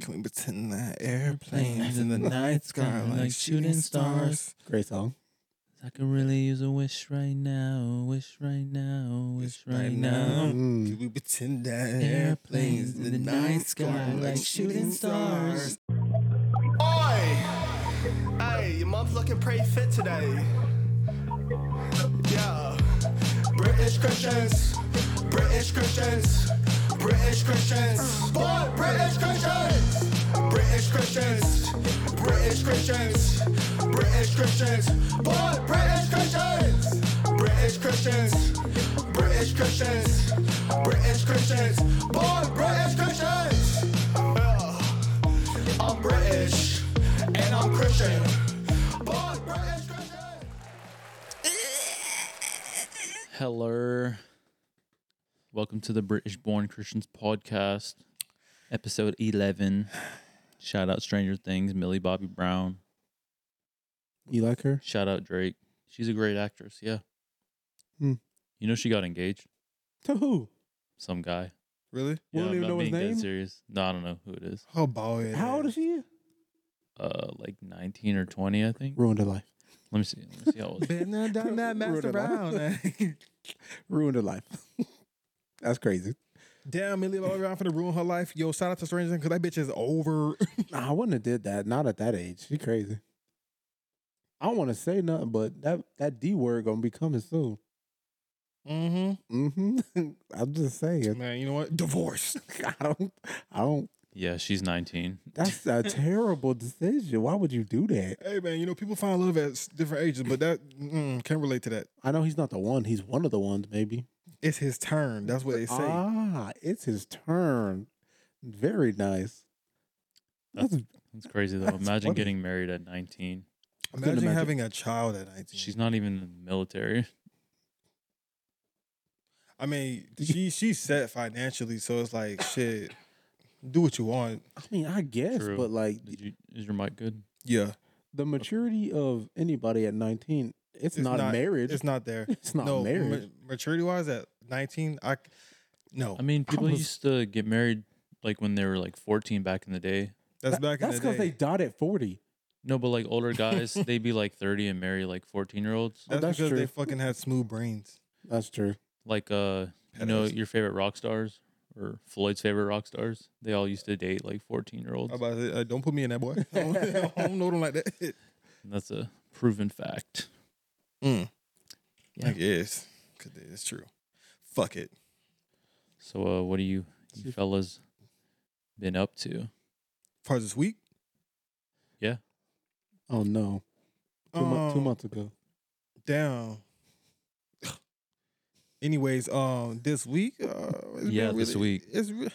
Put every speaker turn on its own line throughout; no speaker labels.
Can we pretend that airplanes in the night sky are like shooting stars?
Great song.
I could really use a wish right now, wish right now, wish right now.
Mm.
Can we pretend that airplanes in the night sky are like shooting stars?
Oi! Hey, your mom's looking pretty fit today. Yeah. British Christians. British Christians. British Christians. Boy, British Christians. British Christians. British Christians. British Christians. Boy, British Christians. British Christians. British Christians. British Christians. Boy, British Christians. Yeah. I'm British and I'm Christian. Born British Christian.
Hello. Welcome to the British Born Christians podcast, episode 11. Shout out Stranger Things, Millie Bobby Brown.
You like her?
Shout out Drake. She's a great actress, yeah.
Hmm.
You know she got engaged?
To who?
Some guy.
Really?
We don't
I'm
even
not
know his
being dead
name?
serious. No, I don't know who it is.
How about it?
How old is she?
Uh, like 19 or 20, I think.
Ruined her life.
Let me see. Let me see how old.
Been there, done that, Master
Ruined her
Brown. eh?
Ruined her life. That's crazy.
Damn, Millie Bobby Brown for the ruin her life. Yo, shout out to Stranger Things because that bitch is over.
Nah, I wouldn't have did that. Not at that age. She crazy. I don't want to say nothing, but that that D word gonna be coming soon.
Mm-hmm.
Mm-hmm. I'm just saying.
Man, you know what? Divorce.
I don't. I don't.
Yeah, she's 19.
That's a terrible decision. Why would you do that?
Hey man, you know people find love at s- different ages, but that mm, can't relate to that.
I know he's not the one. He's one of the ones, maybe.
It's his turn. That's what they say.
Ah, it's his turn. Very nice. That's
That's crazy though.
That's
Imagine
funny.
getting married at 19.
imagine,
imagine.
having a child at nineteen.
She's not even in the military.
I mean, she she's set financially, so it's like shit. Do what you want.
I mean, I guess,
True.
but like
Did you, is your mic good?
Yeah,
the maturity of anybody at 19, it's, not, marriage.
It's not there.
It's not
no, ma-
marriage.
maturity wise, at nineteen, I c- no.
I mean, people
was-
used to get married like when they were like 14 back in the day.
that's
That-
back in
That's
the day.
they died at 40.
No, but like older guys, they'd be like 30 and marry like 14 year olds.
that's,
that's
because they
true.
fucking had smooth brains.
That's true.
Like, uh, you know,
Pedos.
your favorite rock stars or Floyd's favorite rock stars, they all used to date like 14 year olds.
I'm about to say, uh, don't put me in that boy. I don't, I don't know them like that.
And that's a proven fact.
Mm.
Yeah.
I guess 'Cause it's true. Fuck it.
So, uh, what do you, you fellas been up to?
For this week,
Oh, no. Two, mo- two
Um,
months ago.
down. Anyways, um, this week, uh, it's been
Yeah, this
really-
week.
it's re-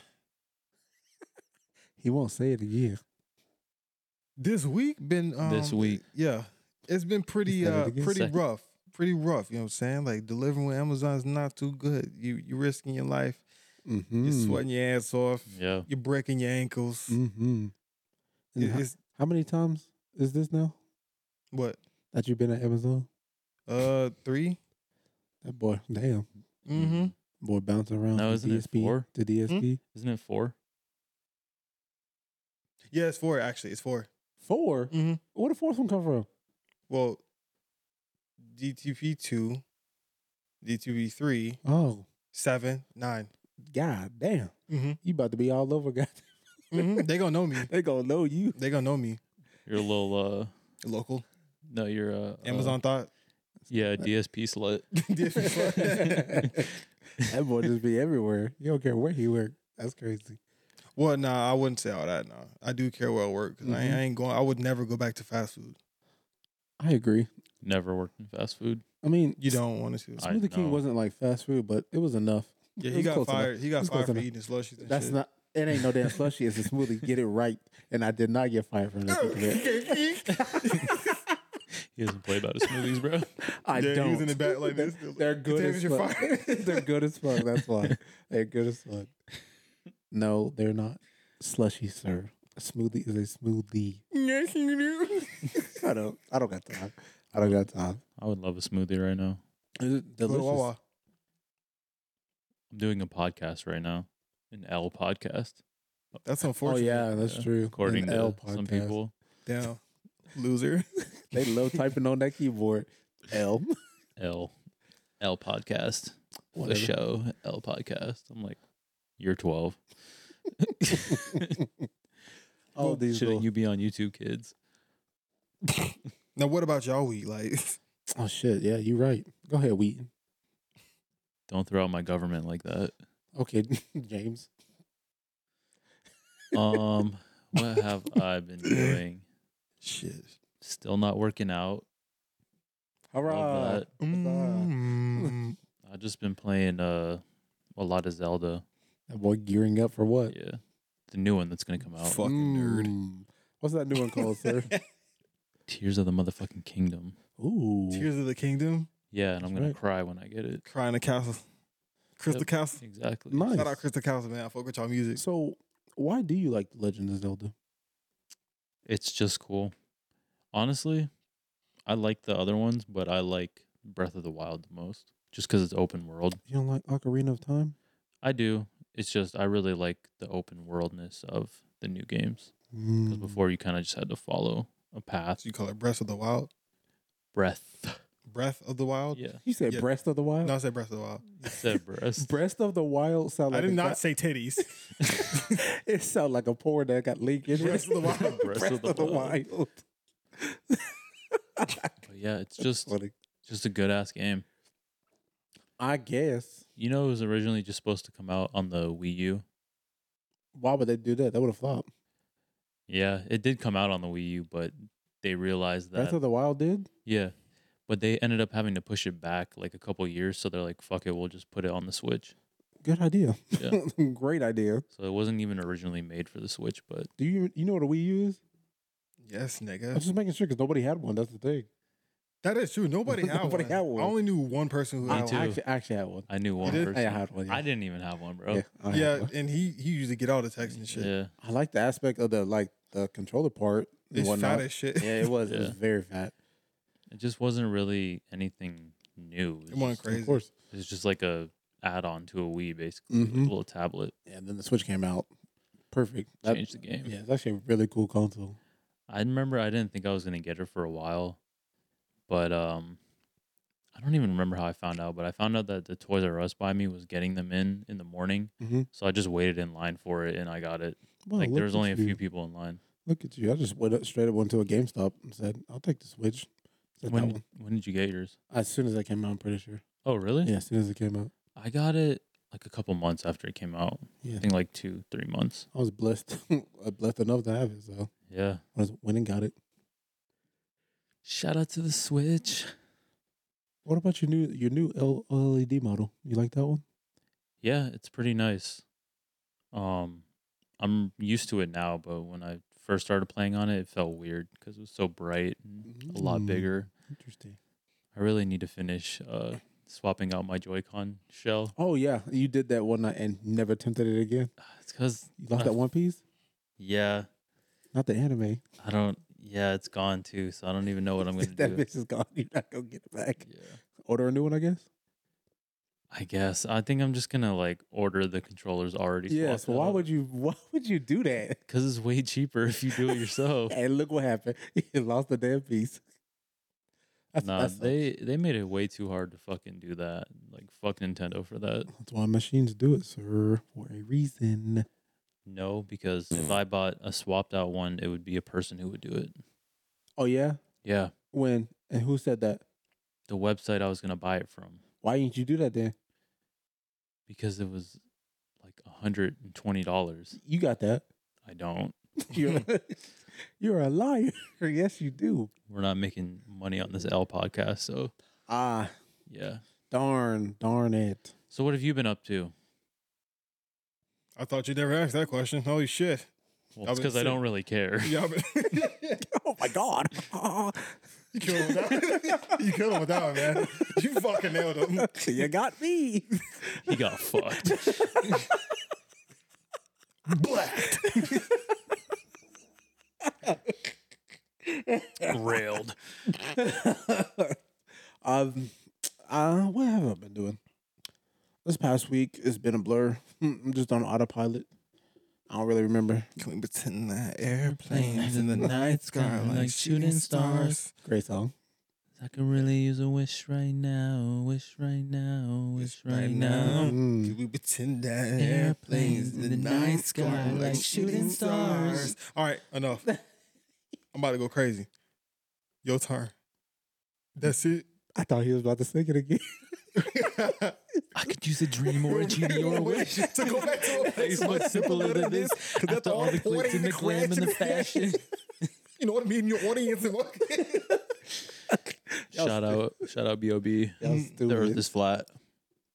He won't say it again.
this week been um,
This week.
Yeah, it's been pretty
said it
uh
again.
pretty
Second.
rough, pretty rough. You know what I'm saying? Like delivering with Amazon is not too good. You you risking your life.
Mm-hmm.
You're sweating your ass off.
Yeah.
You're breaking your ankles.
Mm-hmm.
It-
how,
It's
how many times is this now
what
that you've been at Amazon?
uh 3
That boy, damn.
Mm-hmm.
Boy bouncing around
No,
from
isn't it
DSP
four? Hmm?
to DSP.
Isn't it four?
Yeah, it's four actually. It's four.
4
Mm-hmm.
Where the fourth one come from?
Well, DTP two, DTP three,
Oh,
seven, nine.
god damn.
Mm-hmm.
You about to be all over, god.
mm-hmm. They gonna know me.
They gonna know you.
They gonna know me.
You're a little, uh,
Local Uh-huh.
no, you're, uh, uh,
Amazon thought.
yeah, DSP slut.
that boy just be everywhere. You don't care where he work. That's crazy.
well, nah, I wouldn't say all that. Nah, I do care where I work 'cause
Mm-hmm.
I, ain't, I ain't going. I would never go back to fast food.
I agree.
Never worked in fast food.
I mean,
You don't want to.
I
Smoothie King
know.
wasn't like fast food, but it was enough. It
Yeah, he
was
got
close enough.
fired. He got
It's close
fired for
enough.
eating slushies. And
That's
shit.
not. It ain't no damn slushy. It's a smoothie. Get it right, and I did not get fired from that.
He doesn't play about his movies, bro.
I
Yeah,
don't.
he was in the back like this.
They're good
Contagious,
as
you're
fuck.
fired.
they're good as fuck. That's why they're good as fuck. No, they're not slushy, sir. A smoothie is a smoothie. I don't. I don't got time. I don't got time.
I would love a smoothie right now.
It's
Go to
delicious.
Wawa.
I'm doing a podcast right now, an L podcast.
That's
Oh
unfortunate.
yeah, that's
Yeah.
true.
according
An
to
L
some
podcast.
people.
Damn. Loser.
they love typing on that keyboard. L.
L L podcast. The
Whatever.
show L podcast. I'm like, you're 12.
All Oh, these
Shouldn't
little,
you be on YouTube, kids?
Now, what about y'all week? Like,
Oh shit! Yeah, you're right. Go ahead, Wheaton.
Don't throw out my government like that.
Okay, James.
Um, what have uh, I been doing?
shit.
Still not working out. Love
Hurrah!
that.
Mm.
I've just been playing uh a lot of Zelda.
That boy gearing up for what?
Yeah. Oh. The new one that's gonna come out.
Fucking nerd.
Mm. What's that new one called, sir?
Tears of the motherfucking kingdom.
Ooh.
Tears of the Kingdom.
Yeah, and
That's
I'm gonna
right.
cry when I get it.
Crying the Castle. Crystal
Yep.
Castle.
Exactly.
Nice.
Shout out Crystal Castle, man. I fuck with y'all music.
So, why do you like Legend of Zelda?
It's just cool. Honestly, I like the other ones, but I like Breath of the Wild the most just because it's open world.
You don't like Ocarina of Time?
I do. It's just, I really like the open worldness of the new games because
Mm.
before you kind of just had to follow a path.
So you call it Breath of the Wild?
Breath.
Breath of the Wild?
Yeah.
you said
Yeah.
Breast of the Wild.
No, I said Breath of the Wild.
You said breast.
Breast of the Wild sound
I
like
did
a
not
cat-
say titties.
it sound like a porn that got leaked in it.
Breast of the Wild.
Breast, of the, Wild.
But yeah, it's just,
Funny.
just a good ass game.
I guess.
You know, it was originally just supposed to come out on the Wii U.
Why would they do that? That would have flopped.
Yeah, it did come out on the Wii U, but they realized that
Breath of the Wild did.
Yeah. But they ended up having to push it back like a couple years, so they're like, fuck it, we'll just put it on the Switch.
Good idea.
Yeah.
Great idea.
so it wasn't even originally made for the Switch, but
Do you you know what a Wii U is?
yes,
I'm
nigga.
just making sure because nobody had one. That's the thing.
That is true. Nobody had
Nobody
one.
had one.
I only knew one person who
Me
had
too.
one.
I actually, I actually had one.
I knew one
did?
person.
I had one. Yeah.
I didn't even have one, bro.
Yeah, I had
Yeah,
one.
and he he usually get all the texts and shit.
Yeah.
I like the aspect of the like the controller part. and
It's
whatnot.
fat as shit.
Yeah, it was. It was
Yeah.
very fat.
It just wasn't really anything new.
It wasn't
just,
crazy.
Of course.
it's just like a add on to a Wii, basically. A
Mhm.
little tablet.
And then the Switch came out. Perfect. That-
Changed the game.
Yeah, it's actually a really cool console.
I remember I didn't think I was gonna get her for a while. But um I don't even remember how I found out, but I found out that the Toys R Us by me was getting them in in the morning.
Mm-hmm.
So I just waited in line for it and I got it.
Oh,
like there was only a few people in line.
Look at you! I just went up, straight up went to a GameStop and said, "I'll take the Switch." Said that
When
one.
did, when did you get yours?
as soon as that came out, I'm pretty sure.
Oh really?
Yeah, as soon as it came out.
I got it like a couple months after it came out.
Yeah,
I think like two, three months.
I was blessed, uh, blessed enough to have it. So
Yeah.
I just went and got it.
Shout out to the Switch.
What about your new your new L- LED model? You like that one?
Yeah, it's pretty nice. Um, I'm used to it now, but when I first started playing on it, it felt weird because it was so bright and a lot
Mm,
bigger.
Interesting.
I really need to finish uh swapping out my Joy-Con shell.
Oh yeah, you did that one night and never attempted it again.
It's because
You lost
Uh,
that one piece,
yeah,
not the anime.
I don't. Yeah, it's gone too, so I don't even know what I'm gonna
that
do.
bitch is gone. You're not gonna get it back.
Yeah.
Order a new one, I guess.
I guess. I think I'm just gonna like order the controllers already.
Yeah. So why would you? Why would you do that?
Because it's way cheaper if you do it yourself.
And look what happened. He lost the damn piece. That's,
nah,
that's-
they they made it way too hard to fucking do that. Like fuck Nintendo for that.
that's why machines do it, sir, for a reason.
No, because if I bought a swapped out one, it would be a person who would do it.
Oh yeah,
Yeah,
when and who said that?
the website I was gonna buy it from
Why didn't you do that then?
because it was like hundred and twenty dollars.
You got that.
I don't.
You're you're a liar. yes, you do.
We're not making money on this L podcast, so
Ah,
yeah.
darn, darn it.
So what have you been up to?
I thought you never asked that question. Holy shit.
Well,
I've
it's
been
because I don't
sick.
really care.
Y'all been-
Oh my god.
you killed him with that one. You killed him with that one, man. You fucking nailed him.
you got me.
he got fucked.
Blacked.
Railed.
um, uh, what have I Mm, been doing? This past week, it's been a blur. I'm just on autopilot. I don't really remember.
Can we pretend that airplanes in the
in the
night sky are
sky
like shooting stars?
Great song.
I can really use a wish right now, wish right now, wish right, now.
Mm.
Can we pretend that airplanes in the night sky are like shooting stars? All right, enough. I'm about to go crazy. Your turn. That's it.
I thought he was about to sing it again.
I could use a dream or a genie or a wish.
to go back to a
It's
place
much simpler than this.
that's
After all the
all
glitz and the glam and the fashion.
You know what I mean? Your audience is looking.
shout out, shout out, Bob.
That was
The Earth
stupid.
is flat.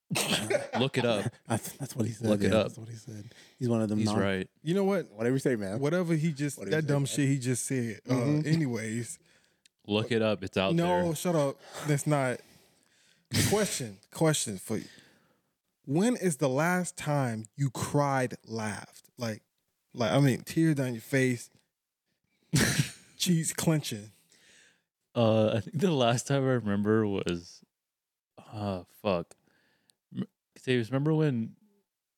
Look it up.
That's, that's what he said.
Look it
yeah,
up.
That's what he said. He's one of them.
He's
non-
right.
You know what?
Whatever you say, man.
Whatever he just
What he
that
said,
dumb
right?
shit he just said. Uh, anyways,
Look it up. It's out
no,
there.
shut up. That's not. question, question for you. When is the last time you cried, laughed, like, like I mean, tears down your face, cheeks clenching?
Uh, I think the last time I remember was, uh, fuck. M- Davis, remember when?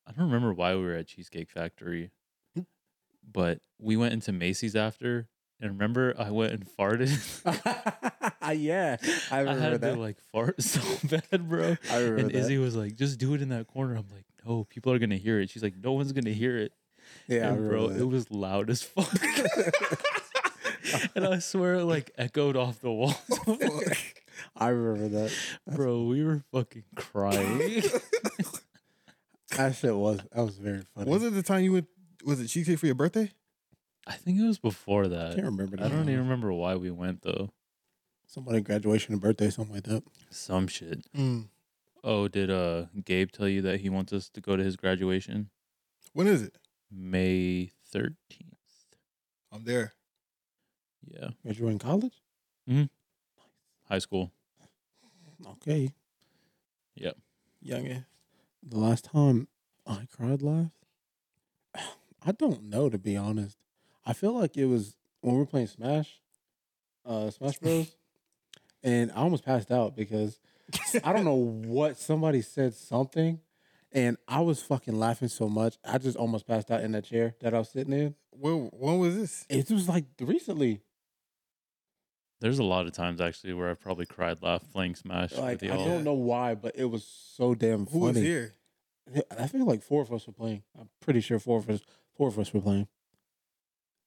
I don't remember why we were at Cheesecake Factory,
Hmm.
but we went into Macy's after, and remember I went and farted.
yeah, I
I
remember
had
that.
to like fart so bad, bro.
I remember
And
that.
Izzy was like, "Just do it in that corner." I'm like, "No, people are gonna hear it." She's like, "No one's gonna hear it."
yeah, I
And, bro,
remember
it
that.
was loud as fuck. and I swear, it like echoed off the walls,
I remember that.
bro. We were fucking crying.
That shit was that was very funny.
Was it the time you went? Was it cheesecake for your birthday?
I think it was before
I
that.
can't remember.
I
now.
don't even remember why we went though.
Somebody graduation and birthday, something like that.
Some shit.
Mm.
Oh, did uh Gabe tell you that he wants us to go to his graduation?
When is it?
May thirteenth.
I'm there.
Yeah,
Graduating college.
high school.
Okay.
Youngin.
The last time I cried live, I don't know to be honest. I feel like it was when we were playing Smash, uh, Smash Bros, and I almost passed out because I don't know what somebody said something, and I was fucking laughing so much I just almost passed out in that chair that I was sitting in.
When, when was this?
It was like recently,
There's a lot of times actually where I've probably cried laugh playing Smash
like
with
I
y'all.
don't know why, but it was so damn
Who was
funny.
here?
I feel like four of us were playing. I'm pretty sure four of us, four of us were playing.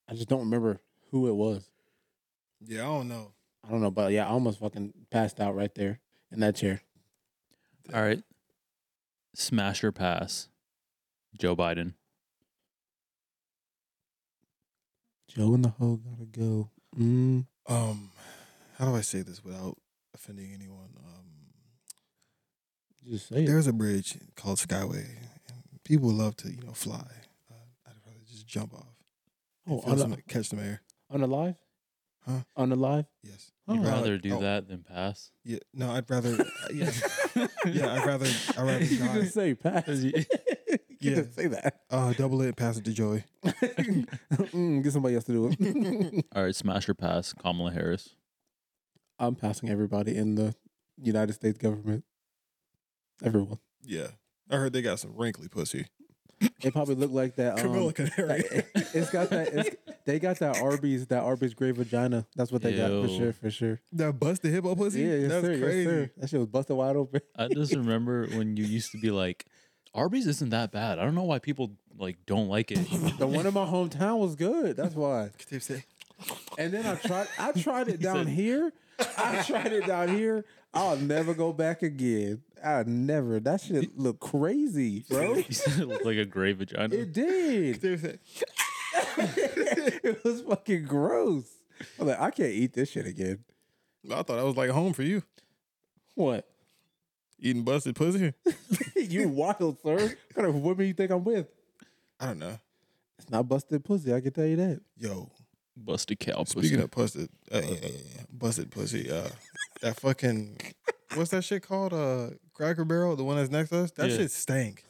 I just don't remember who it was.
Yeah, I don't know.
I don't know, but yeah, I almost fucking passed out right there in that chair.
All right. Smash or pass? Joe Biden.
Joe and the hoe gotta go. Mm.
Um, how do I say this without offending anyone? Um,
Just say it.
There's a bridge called Skyway, and people love to, you know, fly. Uh, I'd rather just jump off.
Oh,
Oh,
on, a,
catch the air.
on a live?
Huh?
On a live?
Yes.
You'd
Oh.
rather do
oh.
that than pass?
Yeah. No, I'd rather. uh, yeah. yeah. I'd rather. I'd rather
you can
die.
just say pass. you can
Yeah.
just say that.
Uh, double it and pass it to Joey.
Mm, get somebody else to do it.
All right, smash or pass? Kamala Harris.
I'm passing everybody in the United States government. Everyone.
Yeah. I heard they got some wrinkly pussy.
It probably looked like that. Um,
Camilla Canary.
that- it- it's got that. It's, they got that Arby's, that Arby's gray vagina. That's what they got for
Ew.
sure, for sure.
that busted hippo pussy.
Yeah, yes,
That's
sir, yes,
crazy.
sir. That shit was busted wide open.
I just remember when you used to be like, Arby's isn't that bad. I don't know why people like don't like it.
The one in my hometown was good. That's why.
Tip say,
And then I tried. I tried it down here. I tried it down here. I'll never go back again. I never. That shit looked crazy, bro.
You said it looked like a gray vagina.
It did.
tip say.
it was fucking gross. I'm like, I can't eat this shit again.
I thought that was like home for you.
What?
Eating busted pussy.
you wild, sir. What kind of woman you think I'm with?
I don't know.
It's not busted pussy, I can tell you that.
Yo,
Busted cow pussy.
Speaking of busted, uh, busted pussy, uh, that fucking what's that shit called? Uh, Cracker Barrel, the one that's next to us. That
Yeah.
shit stank.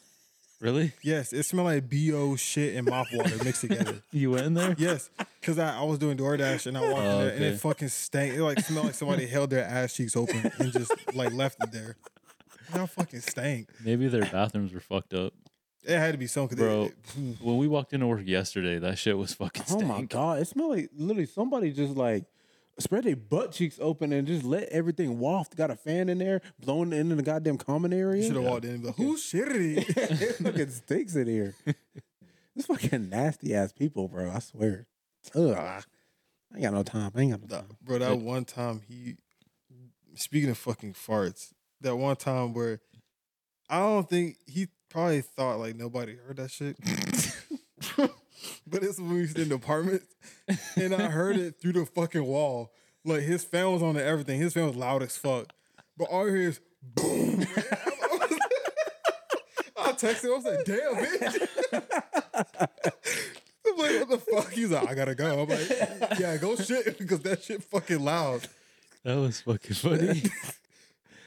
Really?
Yes, it smelled like bo shit and mop water mixed together.
You went in there?
Yes, because I, I was doing DoorDash and I walked in
Oh,
there and
okay.
it fucking stank. It like smelled like somebody held their ass cheeks open and just like left it there. Y'all fucking stank.
Maybe their bathrooms were fucked up.
It had to be something. 'cause
Bro.
it- it-
When we walked into work yesterday, that shit was fucking
Oh
stank.
my god! It smelled like literally somebody just like spread their butt cheeks open and just let everything waft. Got a fan in there blowing in the goddamn common
you
area.
should have walked in and be like, who shitted it?
it fucking stinks in here. This fucking nasty ass people, bro. I swear. Ugh. I ain't got no time. I ain't got no
Nah,
time.
bro, that one time he, speaking of fucking farts, that one time where I don't think he probably thought like nobody heard that shit. but it's when we was in the apartment and I heard it through the fucking wall. Like his fan was on to everything. His fan was loud as fuck. But all you hear is boom. I texted him. I was like, damn, bitch. I'm like, what the fuck? He's like, I gotta go. I'm like, yeah, go shit because that shit fucking loud.
That was fucking funny.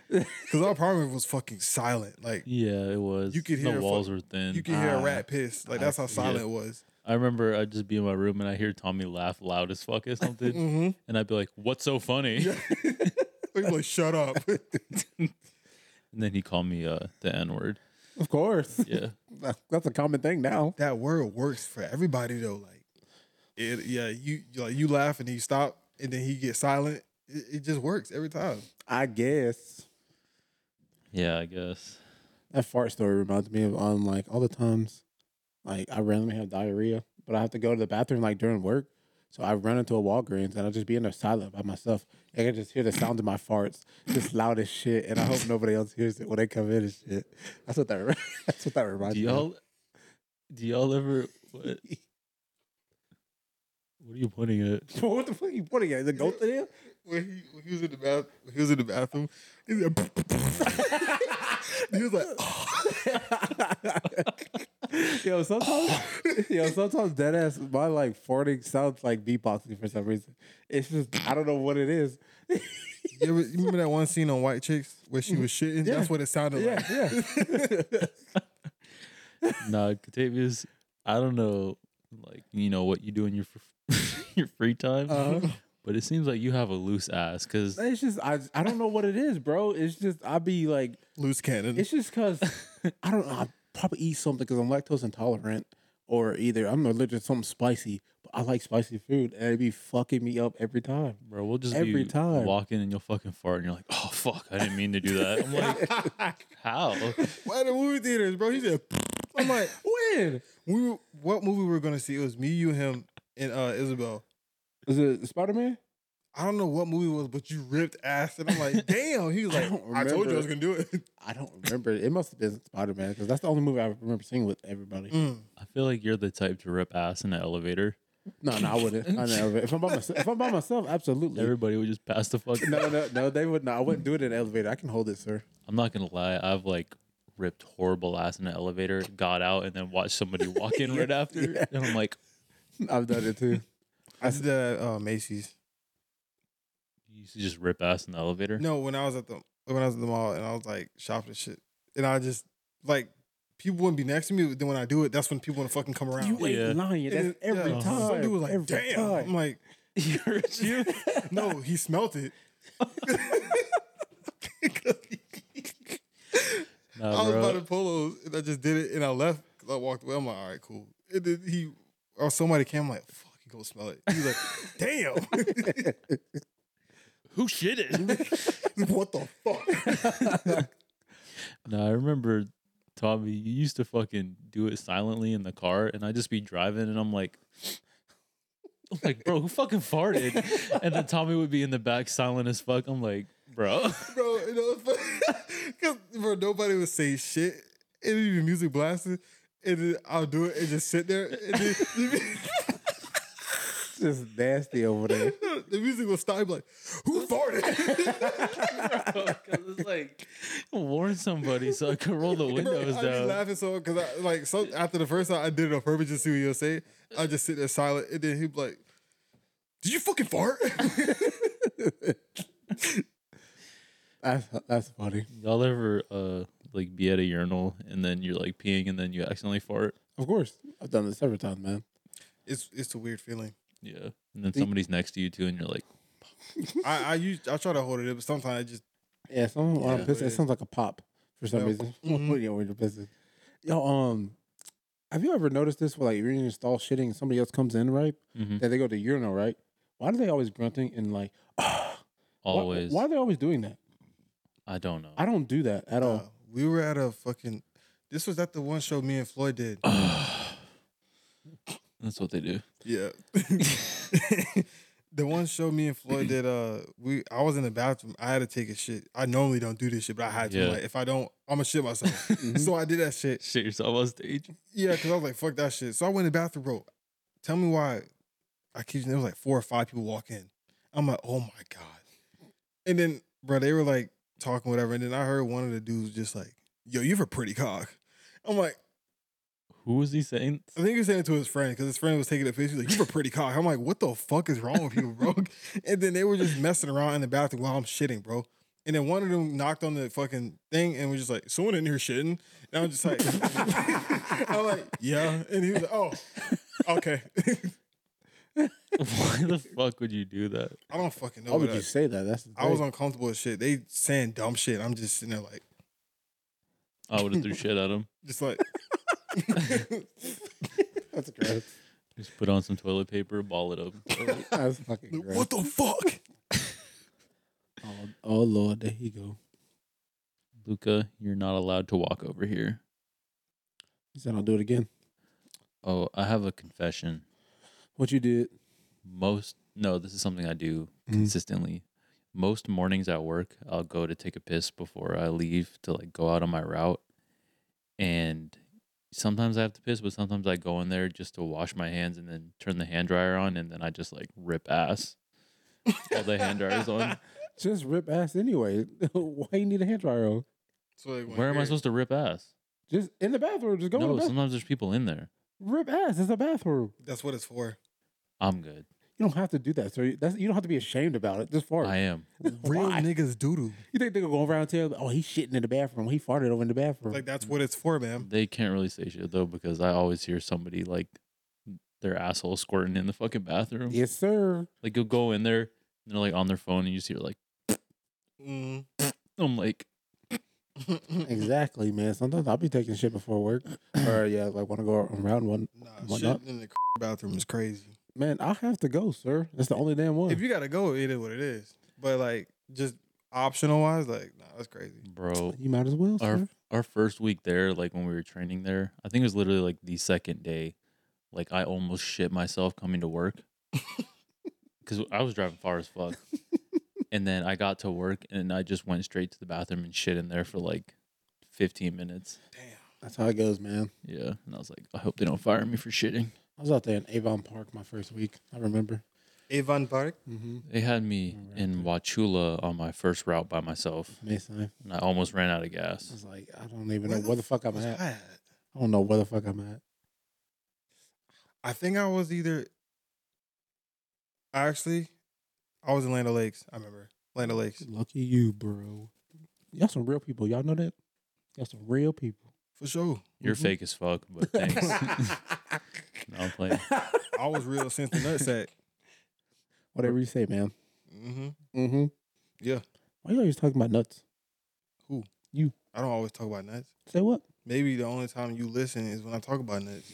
Because our apartment was fucking silent. Like
yeah, it was.
You could
the
hear a
walls
fuck-
were thin.
you could hear a
I-
rat piss. Like that's how silent it was.
I remember I'd just be in my room and I hear Tommy laugh loud as fuck or something,
Mm-hmm.
and I'd be like, "What's so funny?"
He's like, shut up.
And then he called me uh, the N word.
Of course.
Yeah,
That's a common thing now.
that word works for everybody though. Like it, yeah, you you- like you laugh and he stop and then he gets silent. It, it just works every time.
I guess.
yeah, I guess.
That fart story reminds me of on like all the times like I randomly have diarrhea, but I have to go to the bathroom like during work. So I run into a Walgreens and I'll just be in there silent by myself. And I can just hear the sound of my farts, just loud as shit. And I hope nobody else hears it when they come in and shit. That's what that re- that's what that reminds
Do
me of.
y'all, do y'all ever? What, what are you pointing at?
What the fuck you putting at? The goat to them?
When he when he was in the bath when he was in the bathroom, he was like, he was like
yo, sometimes, yo, sometimes dead ass, my like farting sounds like beatboxing for some reason. It's just I don't know what it is.
you, ever, you remember that one scene on White Chicks where she was shitting?
Yeah.
That's what it sounded like.
yeah.
Nah, Catavius, I don't know, like you know what you do in your f- your free time,
Uh-huh.
but it seems like you have a loose ass because
it's just I I don't know what it is, bro. It's just I be like
Loose cannon.
it's just cause I don't know. I probably eat something because I'm lactose intolerant, or either I'm allergic to something spicy. But I like spicy food, and it be fucking me up every time.
bro, we'll just
Every
be
time.
walking and you'll fucking fart and you're like, oh fuck, I didn't mean to do that. I'm like, how?
Why the movie theaters, bro? He said I'm like
When
we were, what movie we were gonna see? It was me, you, him, and uh Isabel.
is it Spider Man?
I don't know what movie it was, but you ripped ass, and I'm like, damn. He was
I
like,
don't
I, told
remember.
you I was gonna do it.
I don't remember. It must have been Spider Man because that's the only movie I remember seeing with everybody.
Mm.
I feel like you're the type to rip ass in an elevator.
No, no, I wouldn't. I never. If I'm by myself, if I'm by myself, absolutely.
Everybody would just pass the fuck.
no, no, no. They would not. I wouldn't do it in an elevator. I can hold it, sir.
I'm not gonna lie, I've like ripped horrible ass in an elevator, got out, and then watched somebody walk in right after,
yeah.
and I'm like,
I've done it too.
I did that at uh, Macy's.
you used to just rip ass in the elevator.
No, when I was at the when I was at the mall and I was like shopping and shit, and I just like people wouldn't be next to me. But then when I do it, that's when people want to fucking come around.
You ain't
Yeah.
lying.
And
That's
it-
every
yeah,
time.
Some dude was like,
every
"Damn!" I'm like,
you
"No, he smelt it." I
nah,
was about
bro.
to polos and I just did it and I left. 'cause I walked away. I'm like, "All right, cool." And then he or somebody came. I'm like, "Fuck, you gonna smell it?" He's like, "Damn,
Who shitted?
what the fuck?"
No, I remember Tommy, you used to fucking do it silently in the car and I'd just be driving and I'm like I'm like, bro, who fucking farted? And then Tommy would be in the back silent as fuck. I'm like, bro.
bro. You know, because bro, nobody would say shit. It would be music blasting, and then I'll do it and just sit there. And then the,
It's just nasty over there.
mu- the music will stop. I'd be Like, who farted?
Because it's like warn somebody so I could roll the
bro,
windows
I'd be
down.
laughing so because I like so after the first time I did it on purpose just to see what he'll say. I just sit there silent, and then he'd be like, "Did you fucking fart?"
That's that's funny.
Y'all ever uh like be at a urinal and then you're like peeing and then you accidentally fart?
Of course, I've done this several times, man.
it's it's a weird feeling.
Yeah. And then somebody's next to you too and you're like,
I I use I try to hold it in, but sometimes I just
Yeah, some when I'm
Yeah.
pissing, it sounds like a pop for some
Yeah.
reason.
Mhm.
yeah, when you're pissing. Yo, um, Have you ever noticed this? Where like you're in your stall shitting, and somebody else comes in, right?
Mhm.
That they go to urinal, right? Why do they always grunting and like? Why-
Always.
Why, are they always doing that?
I don't know.
I don't do that at
Uh,
all.
we were at a fucking. This was at the one show me and Floyd did.
That's what they do.
Yeah. the one show me and Floyd did, uh, we I was in the bathroom. I had to take a shit. I normally don't do this shit, but I had to.
Yeah.
Like, if I don't, I'm gonna shit myself. so I did that shit.
Shit yourself on stage.
Yeah, because I was like, fuck that shit. So I went in the bathroom, bro. Tell me why. I keep there was like four or five people walk in. I'm like, oh my god. And then, bro, they were like talking whatever, and then I heard one of the dudes just like, yo, you have a pretty cock. I'm like,
Who was he saying?
I think he was saying it to his friend because his friend was taking a picture. He's like, "You have a pretty cock." I'm like, "What the fuck is wrong with you, bro?" and then they were just messing around in the bathroom while I'm shitting, bro. And then one of them knocked on the fucking thing and was just like, "Someone in here shitting." And I'm just like, "I'm like, yeah." And he was like, "Oh, okay."
Why the fuck would you do that?
I don't fucking know.
Why would
what
you
I-
say that? That's the
I was
thing.
uncomfortable as shit. They saying dumb shit. I'm just sitting there like,
I would have threw shit at him.
just like,
That's gross.
Just put on some toilet paper, ball it up.
That's fucking gross.
what the fuck?
Oh, oh lord, there you go.
Luca, you're not allowed to walk over here.
He said I'll do it again.
Oh, I have a confession.
What you did?
Most no, this is something I do
Mm.
consistently. Most mornings at work, I'll go to take a piss before I leave to like go out on my route. And sometimes I have to piss, but sometimes I go in there just to wash my hands and then turn the hand dryer on and then I just like rip ass while the hand dryer's on.
Just rip ass anyway. Why you need a hand dryer? on?
So like, when
Where am I
you're-
supposed to rip ass?
Just in the bathroom. Just go in the
No,
bathroom.
sometimes there's people in there.
Rip ass. It's a bathroom.
That's what it's for.
I'm good.
You don't have to do that. So you, that's, you don't have to be ashamed about it. Just fart.
I am.
Real
Why?
niggas doodoo.
You think they're going around tell, oh, he's shitting in the bathroom. He farted over in the bathroom.
Like that's what it's for, man.
They can't really say shit though because I always hear somebody like their asshole squirting in the fucking bathroom.
yes, sir.
Like you'll go in there and they're like on their phone and you just hear like
Mm.
I'm like
Exactly, man. Sometimes I'll be taking shit before work. or yeah, like want to go around one.
Nah,
Why
shit
not?
in the bathroom is crazy.
Man, I have to go, sir. That's the only damn one.
If you gotta go, it is what it is. But like, just optional wise, like, nah, that's crazy.
bro,
You might as well,
our
sir.
our first week there, like when we were training there, I think it was literally like the second day, like I almost shit myself coming to work because I was driving far as fuck, and then I got to work and I just went straight to the bathroom and shit in there for like fifteen minutes.
That's how it goes, man.
Yeah, and I was like, I hope they don't fire me for shitting.
I was out there in Avon Park my first week. I remember.
Avon Park.
Mm-hmm.
They had me
Alright,
in
dude.
Wachula on my first route by myself,
Mason, I
and I almost ran out of gas.
was like, I don't even
Where
know where the fuck I'm
was
at.
I
I don't know where the fuck I'm at.
I think I was either. Actually, I was in Land Lakes. I remember Land Lakes
Lucky you, bro. Y'all some real people. Y'all know that? Y'all some real people.
for sure.
You're
Mhm.
fake as fuck, but thanks. no, I'm playing.
I was real since the nutsack.
Whatever you say, man.
Mm-hmm.
Mm-hmm.
Yeah,
Why you always talking about nuts?
I don't always talk about nuts.
Say what?
Maybe the only time you listen is when I talk about nuts.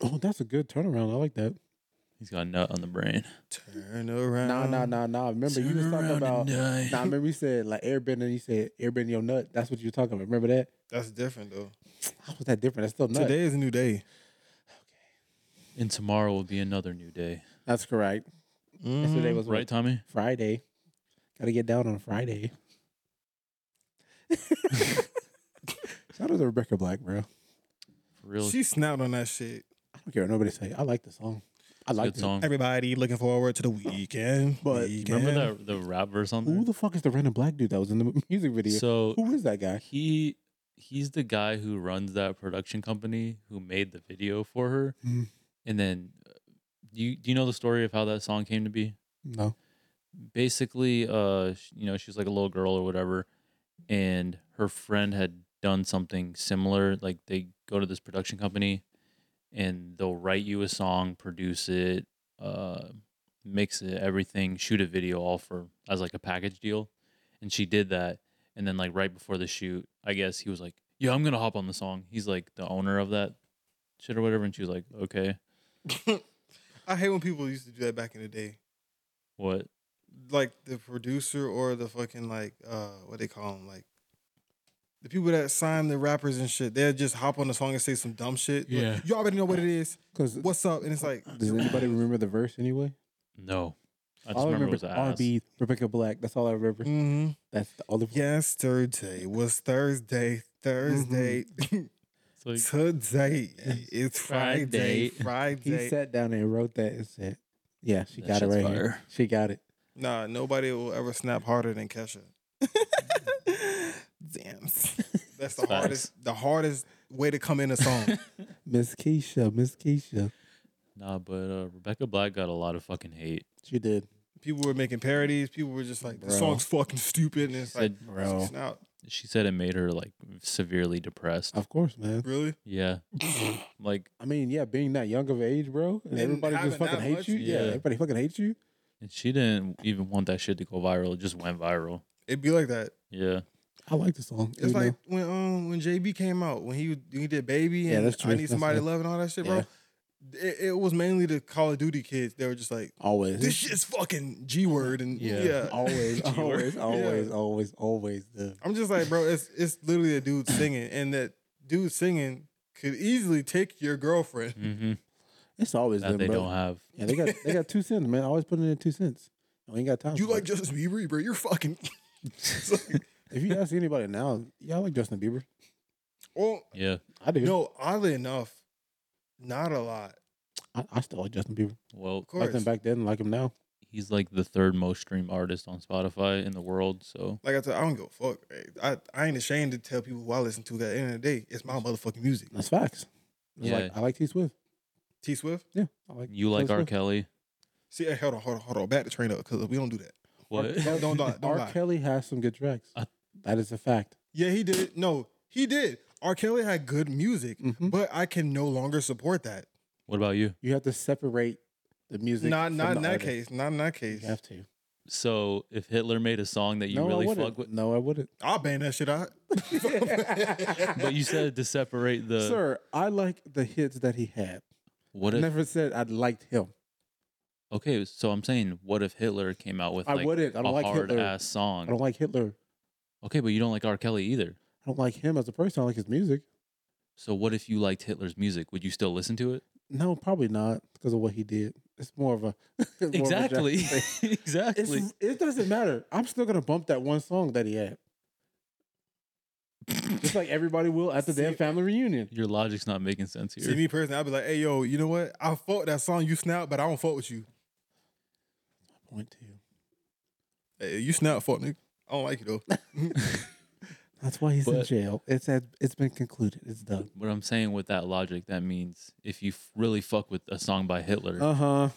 Oh, that's a good turnaround. I like that.
He's got a nut on the brain.
Turn around.
Nah, nah, nah, nah. Remember you was talking about. Nah,
Nah,
remember you said like airbending. You said airbending your nut. That's what you were talking about. Remember that?
That's different though.
How was that different? That's still nut.
Today is a new day.
and tomorrow will be another new day.
That's correct. Yesterday
Mhm.
was what?
Mm, Right, Tommy?
Friday. Got to get down on Friday. Shout out to Rebecca Black, bro.
For real.
She snapped on that shit.
I don't care what nobody say. I like the song. I like
good
the
song.
Everybody looking forward to the weekend.
But-
weekend.
Mm-hmm. Remember that the rap verse on
Who
there?
the fuck is the random black dude that was in the music video?
So
Who is that guy?
he he's the guy who runs that production company who made the video for her.
Mm.
And then uh, do you do you know the story of how that song came to be?
No.
basically uh sh- you know she was like a little girl or whatever and her friend had done something similar like they go to this production company and they'll write you a song produce it uh mix it everything shoot a video all for as like a package deal and she did that and then like right before the shoot i guess he was like yeah i'm gonna hop on the song he's like the owner of that shit or whatever? And she was like, okay,
I hate when people used to do that back in the day.
what?
Like the producer or the fucking like uh what they call them like the people that sign the rappers and shit. They'll just hop on the song and say some dumb shit. Like,
Yeah.
you already know what it is.
Because
What's up? And it's like
does anybody remember the verse anyway?
No. I just
all I
remember,
remember
it was
is RB
ass. Mm.
Rebecca Black. That's all I remember.
hmm
That's the only
yesterday was Thursday. Thursday.
It's like,
Today it's Friday.
Friday.
He
Friday.
sat down and wrote that and said, "Yeah, she
That
got it
shit's
right here.
fire.
She got it."
Nah, nobody will ever snap harder than Kesha. Damn. That's the
Facts.
hardest the hardest way to come in a song.
Miss Keisha, Miss Keisha,
nah, but uh, Rebecca Black got a lot of fucking hate.
she did,
people were making parodies, people were just like, the
Bro.
song's fucking stupid. And it's like,
Said-
bro.
snout.
she said it made her like severely depressed.
Of course, man.
Really?
Yeah. like,
I mean, yeah, being that young of age, bro, and
And
everybody just
having
fucking
that
hates
much-
you. Yeah.
Yeah.
everybody fucking hates you.
and she didn't even want that shit to go viral. It just went viral.
It'd be like that.
Yeah.
I like the song.
It's like when um when JB came out, when he when he did Baby
Yeah,
and
that's true.
I Need
That's
Somebody
true.
Love and all that shit, bro. It, it was mainly the Call of Duty kids. They were just like,
always,
this shit's fucking G word. And
Yeah.
yeah.
always,
Keyword.
always,
Yeah.
always, always, always. The
I'm just like, bro, it's it's literally a dude singing, and that dude singing could easily take your girlfriend.
Mm-hmm.
it's always
That
them,
they
bro.
don't have.
Yeah, they got they got two cents, man. Always putting in two cents. I ain't got time.
You
for
like
it.
Justin Bieber, bro? You're fucking. It's like,
if you ask anybody now, yeah, I like Justin Bieber.
well,
Yeah.
I do.
no, oddly enough, not a lot.
I, I still like Justin Bieber.
Well,
Of
Like
course,
him back then, like him now.
he's like the third most streamed artist on Spotify in the world. So
like I said, I don't give a fuck. right? I I ain't ashamed to tell people who I listen to. That at the end of the day, it's my motherfucking music.
That's facts. It's
Yeah.
Like, I like T Swift.
T Swift.
Yeah, I like.
you like
Taylor
R.
Swift.
Kelly?
See, hey, hold on, hold on, hold on. Back the train up because we don't do that.
What?
Kelly-
Don't lie, don't
R.
lie.
Kelly has some good tracks.
I-
that is a fact.
Yeah, he did. No, he did. R. Kelly had good music,
Mhm.
but I can no longer support that.
What about you?
You have to separate the music.
Not
from
not
the
in that
artist.
case. Not in that
You
case.
have to.
So if Hitler made a song that you
no, I
really
wouldn't.
fuck with,
No, I wouldn't.
I'll ban that shit out.
but you said to separate the.
Sir, I like the hits that he had.
what
I
if?
never said I liked him.
Okay, so I'm saying, what if Hitler came out with
I
like
wouldn't. I
a
don't like
hard
Hitler.
ass
I
song?
don't like Hitler.
okay, but you don't like R. Kelly either.
I don't like him as a person. I like his music.
So what if you liked Hitler's music? Would you still listen to it?
No, probably not because of what he did. It's more of a it's more of a
exactly,
Jackson thing.
exactly.
It's, it doesn't matter. I'm still gonna bump that one song that he had. Just like everybody will at the damn
See-
family reunion.
Your logic's not making sense
See
here.
me personally, I'll be like, hey yo, you know what? I fought that song you snout, but I don't fuck with you.
Point to you.
Hey, you snout fuck nigga. I don't like you though.
That's why he's in
But-
jail. It's had, it's been concluded. It's done.
What I'm saying with that logic, that means if you f- really fuck with a song by Hitler,
Uh huh.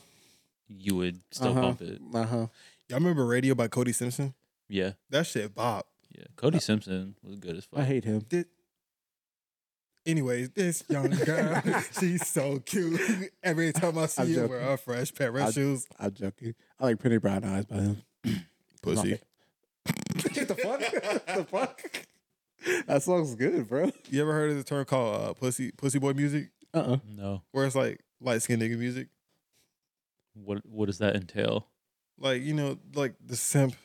you would still
uh-huh,
bump it.
Uh huh.
Y'all remember Radio by Cody Simpson?
Yeah,
That shit bop.
yeah. Cody Simpson was good as fuck.
Uh, I hate him.
Anyways, this young girl, she's so cute. Every time I see
I'm
you
joking.
wear a fresh pair of
I'm-
shoes.
I'm joking. I like pretty brown eyes by him.
Pussy.
What the fuck? the fuck? That song's good, bro.
You ever heard of the term called uh, pussy pussy boy music?
Uh uh
No.
Where it's like light skinned nigga music?
What What does that entail?
Like, you know, like the simp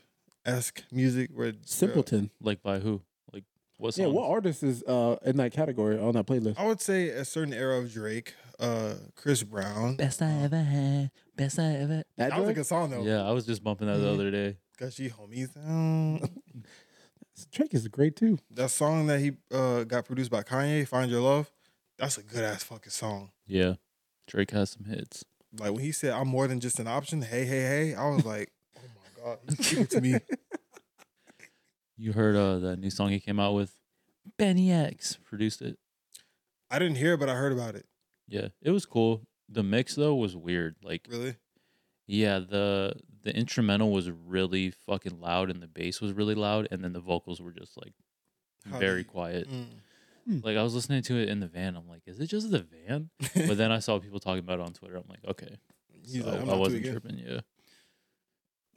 esque music where
Simpleton.
Like by who? Like what
Yeah,
song?
what artist is uh in that category on that playlist?
I would say a certain era of Drake, uh, Chris Brown.
Best I ever had. Best I ever.
That
That was a
Drake?
good song though.
Yeah, I was just bumping that the
Mhm.
Mm-hmm.
other day.
Cause she homies down.
Drake is great too.
That song that he uh, got produced by Kanye, "Find Your Love," that's a good ass fucking song.
Yeah, Drake has some hits.
Like when he said, "I'm more than just an option," hey, hey, hey, I was like, "Oh my god, he's speaking to me."
You heard uh that new song he came out with? Benny X produced it.
I didn't hear, it, but I heard about it.
Yeah, it was cool. The mix though was weird. Like
Really?
yeah, the the instrumental was really fucking loud and the bass was really loud and then the vocals were just like
How
very
do
quiet.
Mm.
Like I was listening to it in the van. I'm like, is it just the van? but then I saw people talking about it on Twitter. I'm like, okay.
He's
So
like, I'm
I
not
wasn't
tripping.
tripping, yeah.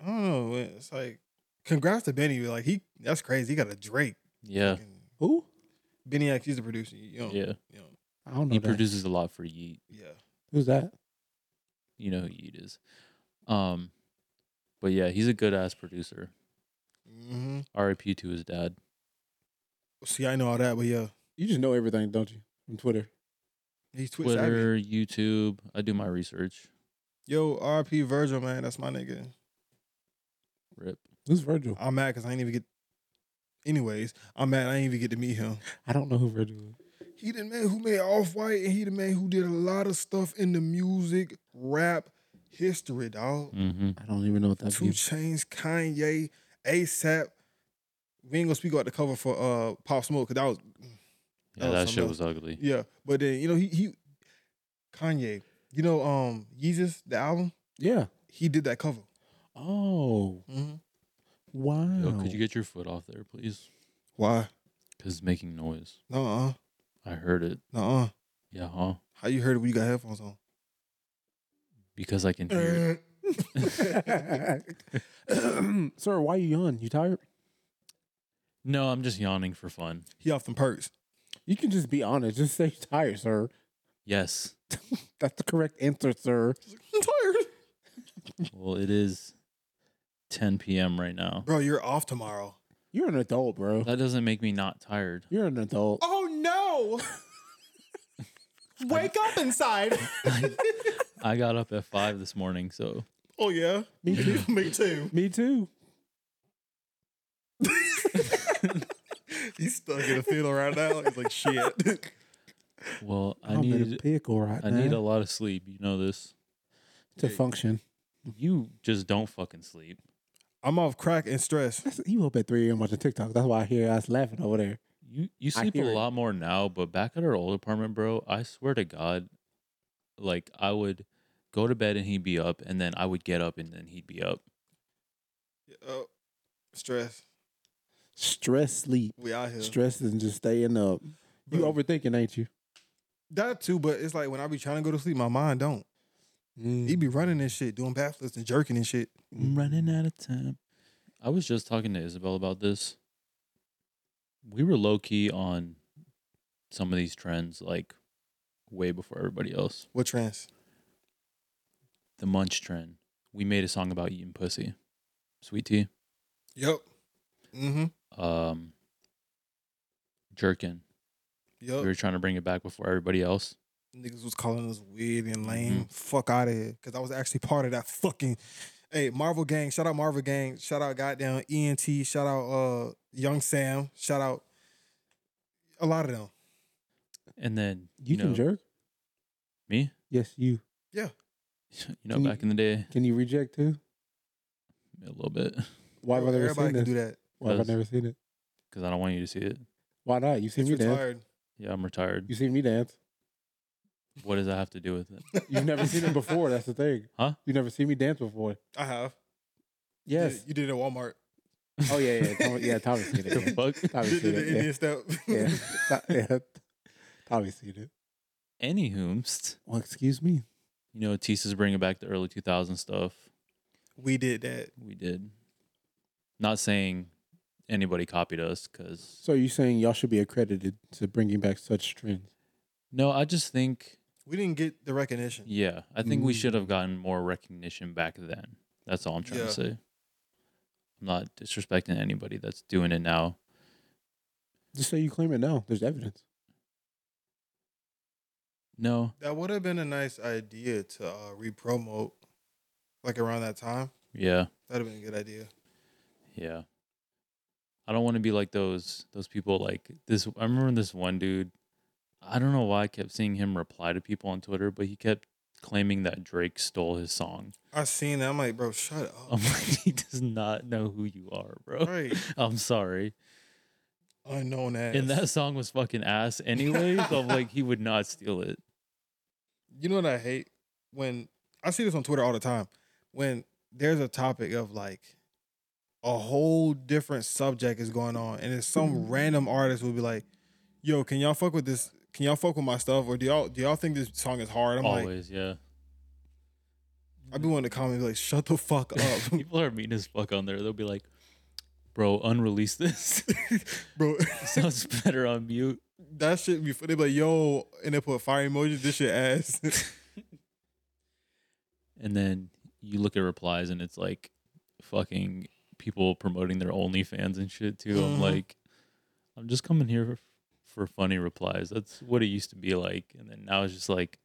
I don't know. It's like, congrats to Benny. Like he, that's crazy. He got a Drake.
Yeah.
Fucking-
Who?
Benny X, he's the producer. You know,
Yeah.
You know.
I don't know.
He
that.
produces a lot for Yeet.
Yeah.
Who's that?
You know who Yeet is. Um, but yeah, he's a good ass producer.
hmm
R.I.P. to his dad.
See, I know all that, but yeah,
You just know everything, don't you? From Twitter.
he's Twitch savvy.
Twitter, YouTube. I do my research.
Yo, RP Virgil, man, that's my nigga.
Rip.
Who's Virgil?
I'm mad because I didn't even get. Anyways, I'm mad I didn't even get to meet him.
I don't know who Virgil is.
He the man who made Off White, and he the man who did a lot of stuff in the music, rap, history, dog.
Mm-hmm.
I don't even know what that
Two Chains, Kanye, ASAP. We ain't gonna speak about the cover for uh Pop Smoke because that was
Yeah,
Oh,
that
so
shit
no.
was ugly.
yeah. But then you know he he Kanye, you know um Yeezus the album
Yeah.
he did that cover. Mm-hmm.
Oh. Wow.
Yo, could you get your foot off there, please?
Why?
Because it's making noise.
Nuh uh,
I heard it.
nuh uh.
Yeah, huh?
How you heard it when you got headphones on?
Because I can hear
Uh.
it.
Sir, why you yawn? You tired?
No, I'm just yawning for fun.
He off them perks.
You can just be honest. Just say you're tired, sir.
Yes.
That's the correct answer, sir.
I'm tired,
well, it is 10 p.m. right now.
bro. You're off tomorrow.
You're an adult, bro.
That doesn't make me not tired.
You're an adult.
Oh no! Wake up inside.
I got up at five this morning, so
oh yeah,
Me too.
me too.
Me too.
He's stuck in a fiddle right now. He's like shit.
well, I
I'm in a
need
pickle right
I
now
need a lot of sleep. You know this.
to function.
You just don't fucking sleep.
I'm off crack and stress.
That's, you up at 3 a.m. watching TikTok. That's why I hear us laughing over there.
You you
I
sleep a
hear it.
lot more now, but back at our old apartment, bro, I swear to God, like I would go to bed and he'd be up, and then I would get up and then he'd be up.
Oh, stress.
Stress sleep.
We out here.
Stress and just staying up. You
Bro.
overthinking, ain't you?
That too, but it's like when I be trying to go to sleep, my mind don't. He be running and shit, doing backflips and jerking and shit.
I'm running out of time. I was just talking to Isabel about this. We were low key on some of these trends, like way before everybody else.
What trance?
The munch trend. We made a song about eating pussy. Sweet tea.
Yep. Mm-hmm.
Um jerkin.
Yep.
Oh.
We were trying to bring it back before everybody else.
Niggas was calling us weird and
Mm-hmm.
lame. Fuck out of here. Cause I was actually part of that fucking Hey, Marvel Gang, shout out Marvel Gang, shout out goddamn ENT, shout out uh Young Sam, shout out a lot of them.
And then
You can
know,
jerk?
me?
Yes, you.
You know,
Can you-
back in the day,
Can you reject too?
a little bit.
Why have I never
Everybody
seen
can
this?
do that.
Why have I
Does-
never seen it?
Because I don't want you to see it.
Why not? You seen
It's
me dance.
retired.
Yeah, I'm retired.
You seen me dance.
What does that have to do with it?
You've never seen it before. That's the thing.
Huh?
You've never seen me dance before.
I have. You did-
Yes.
You did it at Walmart.
Oh yeah, yeah, Tom, yeah. Tommy seen
The
it.
fuck?
Yeah. Tommy
You did
seen
the
it.
Indian step.
Yeah. yeah. Th- yeah. Tommy seen it.
Anywhoomst.
Well, excuse me.
You know, Tisa's bringing back the early 2000 stuff.
we did that.
We did. Not saying anybody copied us because.
So you saying y'all should be accredited to bringing back such trends?
No, I just think,
We didn't get the recognition.
yeah, I think we
Mm.
should have gotten more recognition back then. That's all I'm trying
Yeah.
to say. I'm not disrespecting anybody that's doing it now.
Just say you claim it now. There's evidence.
No,
That would have been a nice idea to uh, re-promote, like around that time.
yeah,
That'd have been a good idea.
yeah. I don't want to be like those those people like this. I remember this one dude. I don't know why I kept seeing him reply to people on Twitter, but he kept claiming that Drake stole his song.
I seen that. I'm like, bro, shut up.
I'm like, he does not know who you are, bro.
Oh. Right.
I'm sorry.
Unknown ass.
And that song was fucking ass anyway. So I'm like, he would not steal it.
you know what I hate when I see this on Twitter all the time. When there's a topic of like a whole different subject is going on, and it's some
Mm-hmm.
random artist will be like, "Yo, can y'all fuck with this? Can y'all fuck with my stuff? Or do y'all do y'all think this song is hard?" I'm like,
Always, yeah.
I'd be wanting to comment like, "Shut the fuck up,
People are mean as fuck on there. They'll be like, bro, unrelease this.
bro."
Sounds better on mute.
that shit before they be like, yo, and they put fire emojis, this shit ass.
And then you look at replies and it's like fucking people promoting their OnlyFans and shit too.
Mhm.
Mm-hmm.
I'm like, I'm just coming here for, for funny replies. That's what it used to be like. And then now it's just like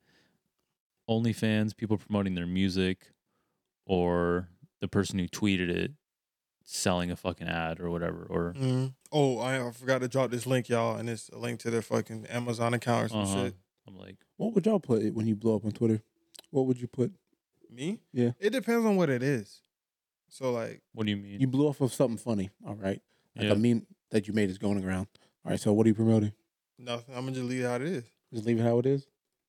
OnlyFans, people promoting their music or the person who tweeted it selling a fucking ad or whatever.
Mm,
Or
Oh, I, I forgot to drop this link, y'all, and it's a link to their fucking Amazon account or some
uh-huh.
shit.
I'm like,
What would y'all put it when you blow up on Twitter? What would you put?
Me?
Yeah.
It depends on what it is. So like,
what do you mean?
You blew off of something funny. All right. Like
yeah.
a meme that you made is going around. All right. So what are you promoting?
nothing. I'm gonna just leave it how it is.
Just leave it how it is.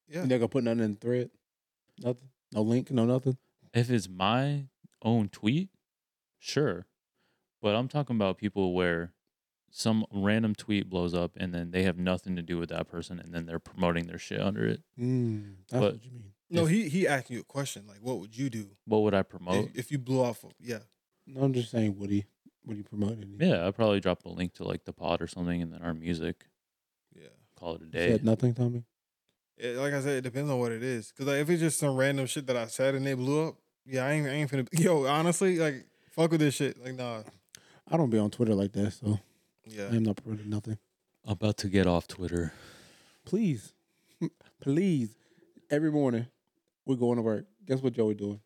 Yeah.
You're not gonna put nothing in the thread. Nothing. No link. No nothing.
if it's my own tweet, sure. But I'm talking about people where some random tweet blows up and then they have nothing to do with that person and then they're promoting their shit under it.
Mm, that's
But-
what you mean.
No, he he asked you a question like, what would you do
What would I
if,
promote?
if you blew off? Of, yeah.
No, I'm just saying, Woody. What are you promoting?
Yeah, I probably drop a link to like the pod or something and then our music,
Yeah.
call it a
You
day.
said nothing, Tommy.
It, like I said, it depends on what it is. Cause like, if it's just some random shit that I said and they blew up, yeah, I ain't I ain't finna. Yo, honestly, like fuck with this shit. Like nah.
I don't be on Twitter like that, so
Yeah.
I am not promoting nothing.
I'm about to get off Twitter.
Please, please. Every morning, we're going to work. Guess what Joey doing?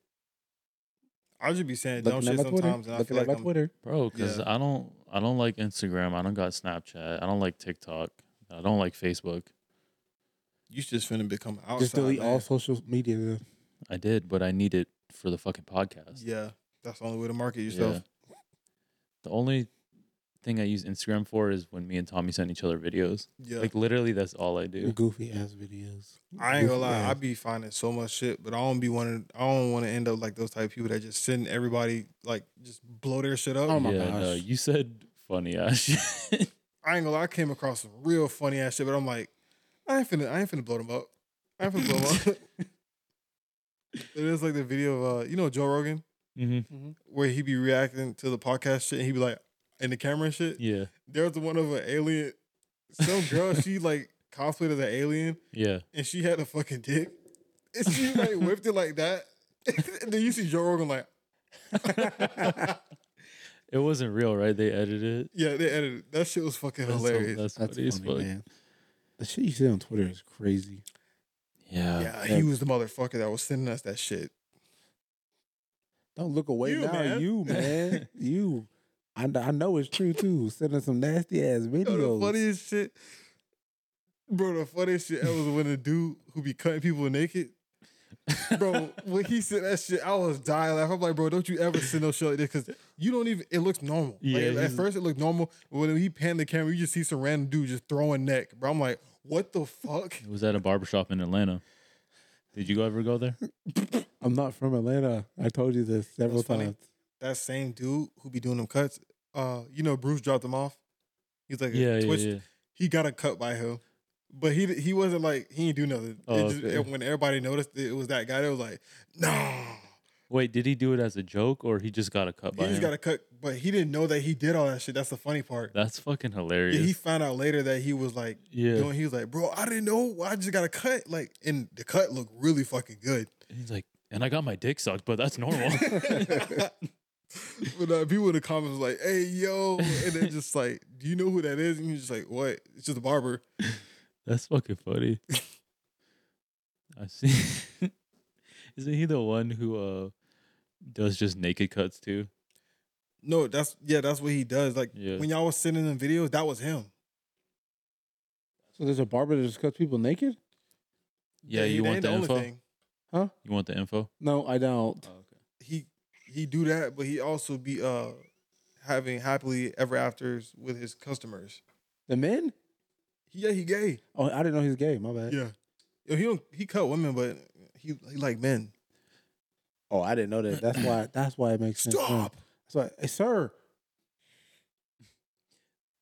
I just be saying dumb
Looking at
shit
my Twitter.
sometimes, and I
Looking
feel
at
like
my
I'm,
Twitter.
Bro, because
Yeah.
I don't I don't like Instagram. I don't got Snapchat. I don't like TikTok. I don't like Facebook.
you just finna become an outside.
Just delete
man.
all social media. then.
I did, but I need it for the fucking podcast.
Yeah, that's the only way to market yourself.
Yeah. The only thing I use Instagram for is when me and Tommy send each other videos.
Yeah,
Like literally, that's all I do.
Goofy ass videos.
I ain't gonna
Goofy
lie, I
ass.
be finding so much shit, but I don't be wanting. I don't want to end up like those type of people that just send everybody like just blow their shit up.
Oh my
yeah, no,
gosh.
you said funny ass. shit.
I ain't gonna lie, I came across some real funny ass shit, but I'm like, I ain't finna, I ain't finna blow them up. I ain't finna blow them up. It is like the video of uh, you know Joe Rogan
Mhm.
where he be reacting to the podcast shit and he be like in the camera and shit.
Yeah,
There was one of an alien, some girl she like cosplayed as an alien
yeah.
and she had a fucking dick. And she like whipped it like that. and then you see Joe Rogan like,
It wasn't real, right? They edited it.
yeah, they edited. it. That shit was fucking
That's,
hilarious.
that's,
That's
funny as
funny,
fuck.
man. The shit you see on Twitter is crazy.
Yeah.
yeah, he was the motherfucker that was sending us that shit.
Don't look away
You,
now,
man.
you man, you. I, kn- I know it's true too. Sending some nasty ass
Yo,
videos.
the funniest shit, bro. The funniest shit ever was when the dude who be cutting people naked. bro, when he said that shit, I was dying laughing. I'm like, bro, don't you ever send no shit like this because you don't even. It looks normal. Like,
Yeah,
at
he's-
first it looked normal. But when he panned the camera, you just see some random dude just throwing neck. Bro, I'm like, what the fuck?
It was at a barbershop in Atlanta. Did you go ever go there?
I'm not from Atlanta. I told you this several
That's funny.
times.
that same dude who be doing them cuts, uh, you know, Bruce dropped him off. He's like,
yeah,
a
yeah,
twitch.
yeah.
He got a cut by him, but he he wasn't like he didn't do nothing. It
Oh,
just-
okay.
and when everybody noticed it, it was that guy, they was like, no,
Wait, did he do it as a joke or he just got a cut
he
by
just
him?
got a cut, but he didn't know that he did all that shit. That's the funny part.
That's fucking
Yeah, he
hilarious.
found out later that he was like
Yeah,
doing. He was like, bro, I didn't know. I just got a cut. Like, and the cut looked really fucking good.
he's like, and I got my dick sucked, but that's normal.
but uh, people in the comments was like, "Hey, yo," and they're just like, "Do you know who that is?" And you're just like, "What? It's just a barber."
That's fucking funny. I see. Isn't he the one who uh does just naked cuts too?
No, that's yeah, that's what he does. Like
Yeah.
when y'all was sending them videos, that was him.
So there's a barber that just cuts people naked?
Yeah,
he-
you
that
want
ain't
the, info?
Huh?
You want the info?
No, I don't.
Oh, He he do that, but he also be uh having happily ever afters with his customers.
The men?
He, yeah, he gay.
Oh, I didn't know he's gay. My bad.
Yeah, Yo, he don't he cut women, but he he like men.
Oh, I didn't know that. That's why. That's why it makes sense. now.
Stop.
That's why. Hey, sir.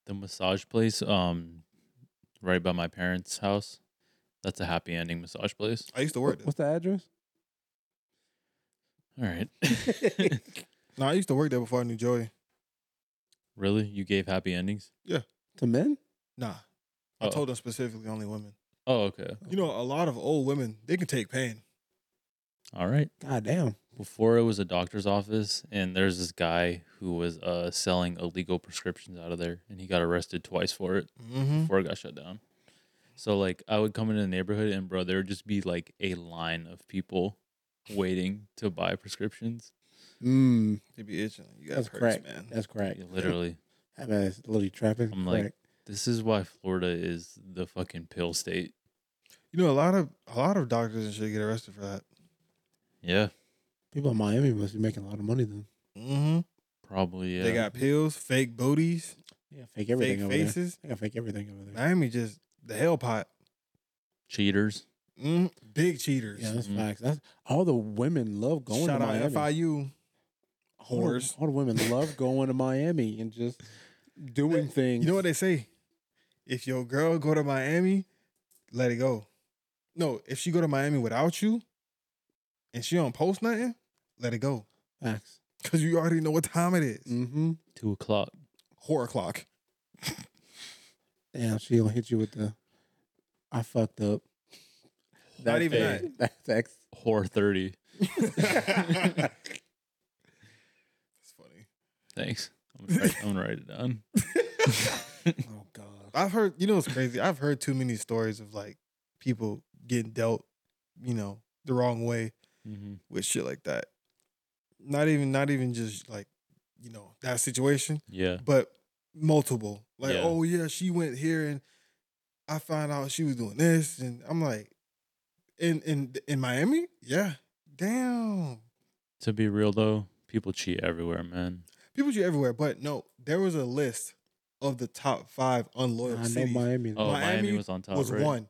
The massage place, um, right by my parents' house. That's a happy ending massage place.
I used to work.
What,
There.
what's the address?
All right.
No, I used to work there before I knew Joey.
really? You gave happy endings?
To men?
Nah, I told them specifically only women.
Oh, okay.
You know, a lot of old women they can take pain.
All right.
God damn.
Before it was a doctor's office, and there's this guy who was uh, selling illegal prescriptions out of there, and he got arrested twice for it
Mm-hmm.
before it got shut down. So like, I would come into the neighborhood, and bro, there would just be like a line of people waiting to buy prescriptions.
Mm,
They be itching. You got
that's
hurts,
crack.
man.
That's crack.
Yeah, Literally,
That man is literally trapping.
I'm like-
crack.
this is why Florida is the fucking pill state.
You know, a lot of a lot of doctors and shit get arrested for that.
Yeah,
people in Miami must be making a lot of money then.
Mm-hmm.
probably. uh, Yeah.
They got pills, fake booties,
Yeah, fake everything
fake
over there.
faces.
They gotta fake everything over there.
Miami just the hell pot.
cheaters.
Mm, big cheaters.
Yeah, that's
Mhm.
facts. That's all the women love going
Mm-hmm. Shout
to
out
Miami.
FIU.
all, the,
whores.
all the women love going to Miami and just doing things.
You know what they say? If your girl go to Miami, let it go. No, if she go to Miami without you, and she don't post nothing, let it go.
Facts.
Cause you already know what time it is.
Mm-hmm.
Two o'clock.
Four o'clock.
Damn, she'll hit you with the I fucked up.
Not even
hey, that. That's
Whore thirty.
That's funny.
Thanks. I'm gonna, write, I'm gonna write it down.
Oh god.
I've heard, you know, what's crazy. I've heard too many stories of like people getting dealt, you know, the wrong way
hmm
with shit like that. Not even, not even just like, you know, that situation,
Yeah.
but multiple. Like,
Yeah.
oh yeah, she went here and I found out she was doing this, and I'm like, in in in Miami, yeah, damn.
To be real though, people cheat everywhere, man.
People shoot everywhere, but no, there was a list of the top five unloyal
I know
cities.
Miami.
Oh, Miami,
Miami
was on top.
was
right?
one,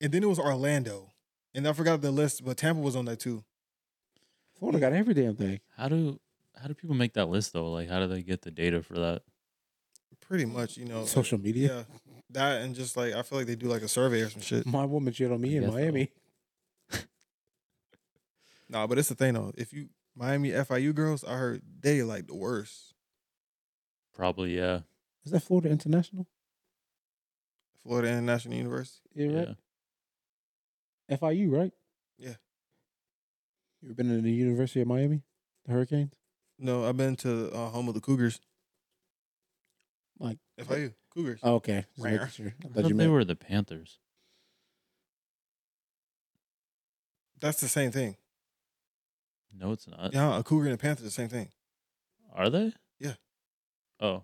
and then it was Orlando, and I forgot the list, but Tampa was on that too.
Florida got every damn thing.
How do how do people make that list though? Like, how do they get the data for that?
Pretty much, you know,
Social media.
yeah, that and just like I feel like they do like a survey or some shit.
My woman cheated on me
I
in
guess so.
Miami.
Nah, but it's the thing though. If you Miami FIU girls, I heard they like the worst.
Probably, yeah.
Is that Florida International?
Florida International University.
Yeah, right.
yeah.
FIU, right?
Yeah.
You ever been to the University of Miami? The Hurricanes?
No, I've been to uh, home of the Cougars.
Like-
FIU Cougars.
Oh, okay. Just
Rare.
making sure. I
I
thought
thought
you
they
meant
were the Panthers.
That's the same thing.
No, it's
uh,
not.
Yeah, a Cougar and a Panther, the same thing.
Are they?
Yeah.
Oh.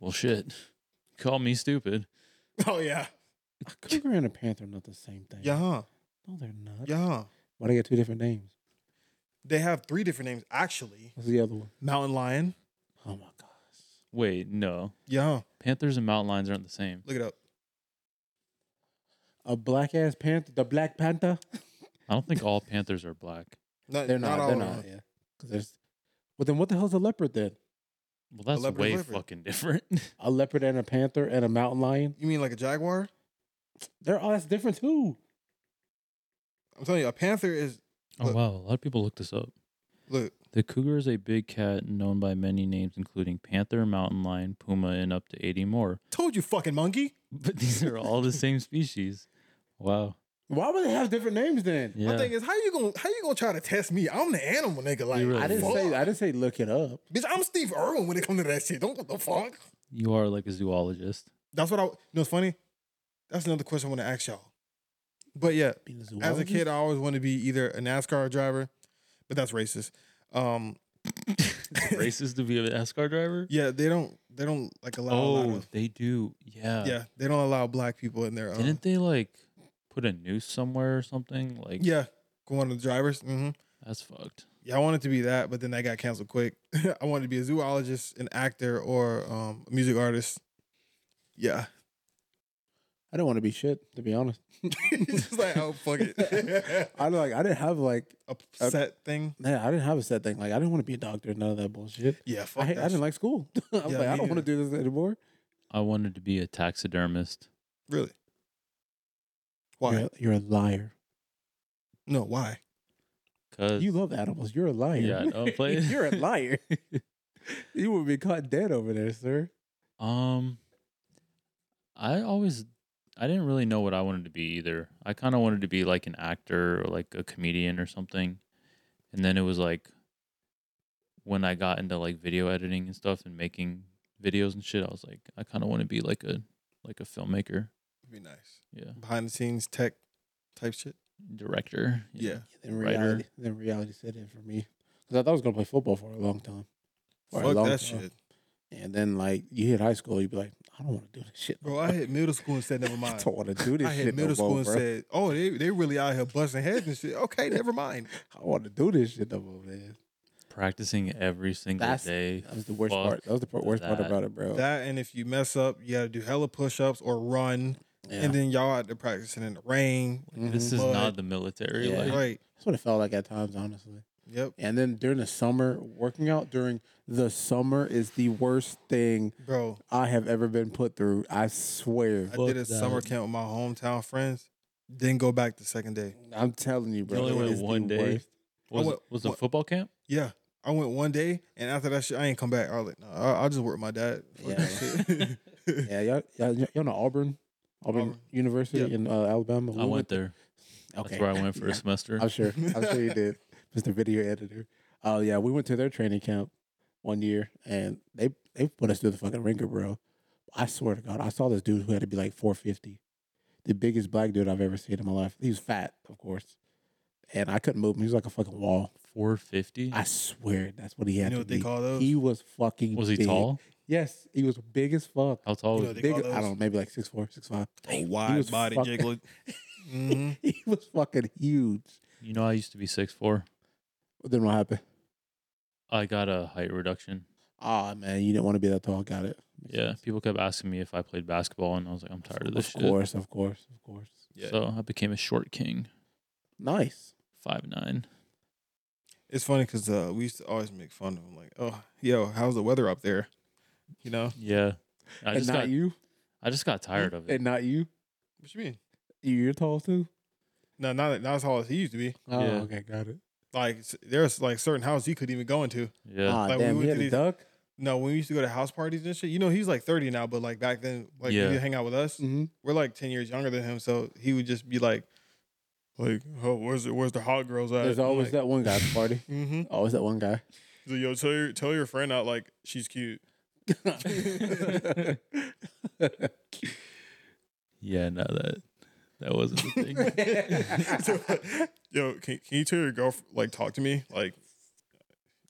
Well, shit. Call me stupid.
Oh yeah,
a cougar and a panther are not the same thing.
yeah,
No, they're not.
yeah.
Why they got two different names?
They have three different names actually.
What's the other one?
Mountain Lion.
Oh my gosh.
Wait, no.
Yeah,
Panthers and mountain lions aren't the same.
look it up.
A black ass panther, the black panther.
I don't think all panthers are black.
Not,
They're Uh, not.
all
they're
of
not.
them.
Yeah. Because there's. Well, then what the hell's a leopard then?
Well, that's
leopard's
way
leopard.
fucking different.
A leopard and a panther and a mountain lion.
You mean like a jaguar?
They're all that's different too.
I'm telling you, a panther is
oh
Look.
wow, a lot of people look this up.
look.
The cougar is a big cat known by many names, including panther, mountain lion, puma, and up to 80 more.
Told you, fucking monkey.
But these are all the same species. Wow.
Why would they have different names then?
My
Yeah.
thing is, how you gonna how you gonna try to test me? I'm the animal nigga. Like
really
I didn't
fuck.
say. I didn't say look it up.
Bitch, I'm Steve Irwin when it comes to that shit. Don't what the fuck.
you are like a zoologist.
That's what I. You know, it's funny. That's another question I want to ask y'all. But yeah,
Being a
as a
zoologist?
kid, I always wanted to be either a NASCAR driver, but that's racist. Um,
Racist to be a NASCAR driver?
yeah, they don't they don't like allow. a lot
Oh,
of-
they do. Yeah.
yeah, they don't allow black people in um, there.
Didn't they like put a noose somewhere or something? Like,
Yeah, one of the drivers. hmm
that's fucked.
Yeah, I wanted to be that, but then that got canceled quick. I wanted to be a zoologist, an actor, or um, a music artist. Yeah.
I don't want to be shit. To be honest,
Just like, oh, fuck it.
I like. I didn't have like.
a set thing.
Man, I didn't have a set thing. Like I didn't want to be a doctor. None of that bullshit.
Yeah, fuck
I, hate- I
that
didn't
shit.
like school. I was
Yeah,
like, I
me
don't want to
either.
do this anymore.
I wanted to be a taxidermist.
Really? Why?
You're, a- you're a liar.
No, why?
Cause
You love animals. You're a liar.
Yeah, I don't play-
you're a liar. you would be caught dead over there, sir.
Um, I always I didn't really know what I wanted to be either. I kind of wanted to be like an actor or like a comedian or something. And then it was like when I got into like video editing and stuff and making videos and shit, I was like I kind of want to be like a like a filmmaker.
It'd be nice.
Yeah.
Behind the scenes tech type shit.
Director. you
Yeah.
know.
Then
Writer.
reality, then reality set in for me because I thought I was gonna play football for a long time. For a
Fuck
long
that
time.
shit.
And then like you hit high school, you'd be like, I don't want to do this shit. no
Bro, I
more.
hit middle school and said, never
I
mind.
don't want to do this
I
shit.
hit middle
no
school
more,
and
bro.
said, "Oh, they they really out here busting heads and shit." Okay, never mind.
I want to do this shit no more, man.
Practicing every single
That's-
day.
That was the worst
Fuck
part. That was the part, worst part
that.
about it, bro.
That and if you mess up, you got to do hella push-ups or run, and then y'all out there practicing in the rain.
This is
But-
not the military.
Yeah.
Like,
Right?
That's Mm-hmm. what it felt like at times, honestly.
Yep,
And then during the summer, working out during the summer is the worst thing
bro.
I have ever been put through. I swear.
I did
Fuck
a
that.
summer camp with my hometown friends. Didn't go back the second day.
I'm telling you, bro.
only
it
went
is the
one day?
worst.
was
went-
it, was it
what-
football camp?
Yeah, I went one day, and after that shit, I ain't come back. I was like, no, I, I just work with my dad. Fuck
Yeah.
that shit.
Yeah, y'all, y'all, y'all know Auburn, Auburn,
Auburn.
University
Yeah.
in uh, Alabama. We
I went there.
Okay.
That's where I went for
Yeah.
a semester.
I'm sure. I'm sure you did, Mr. Video Editor. Oh yeah, we went to their training camp one year, and they they put us through the fucking ringer, bro. I swear to God, I saw this dude who had to be like 450, the biggest black dude I've ever seen in my life. He was fat, of course, and I couldn't move him. He was like a fucking wall.
450?
I swear, that's what he
you
had
know
to
what they
be.
call those?
He was fucking.
Was he
big.
tall? Oh,
Yes, he was big as fuck.
How tall
You
was he?
know, they
Big,
call
I
those-
don't know, maybe like six four, six five.
A wide body
fucking-
jiggler. hmm
he was fucking huge.
You know, I used to be six four.
Then what happened?
I got a height reduction.
Ah man, you didn't want to be that tall. Got it. Makes
yeah,
sense.
people kept asking me if I played basketball, and I was like, I'm tired of this
Of
shit.
course, of course, of course.
Yeah.
So I became a short king,
Nice.
five nine.
It's funny because uh, we used to always make fun of him, like, "Oh, yo, how's the weather up there?" You know
Yeah, I
and
just
not
got
you.
I just got tired of it.
And not you.
what you mean?
You- You're tall too.
No, not not as tall as he used to be.
Oh,
Yeah.
okay, got it.
Like s- there's like certain houses he couldn't even go into.
yeah,
Ah,
Like, we
damn,
went
he
to
had a
these-
duck.
No, when we used to go to house parties and shit, you know, he's like 30 now, but like back then, like
Yeah.
when you hang out with us,
Mm-hmm.
we're like 10 years younger than him, so he would just be like, like, oh, where's the where's the hot girls at?
There's always that one guy at the party.
Mm-hmm.
Always that one guy.
So yo, tell your tell your friend out like she's cute.
yeah. No, that that wasn't the thing.
Yo, can, can you tell your girlfriend like talk to me like,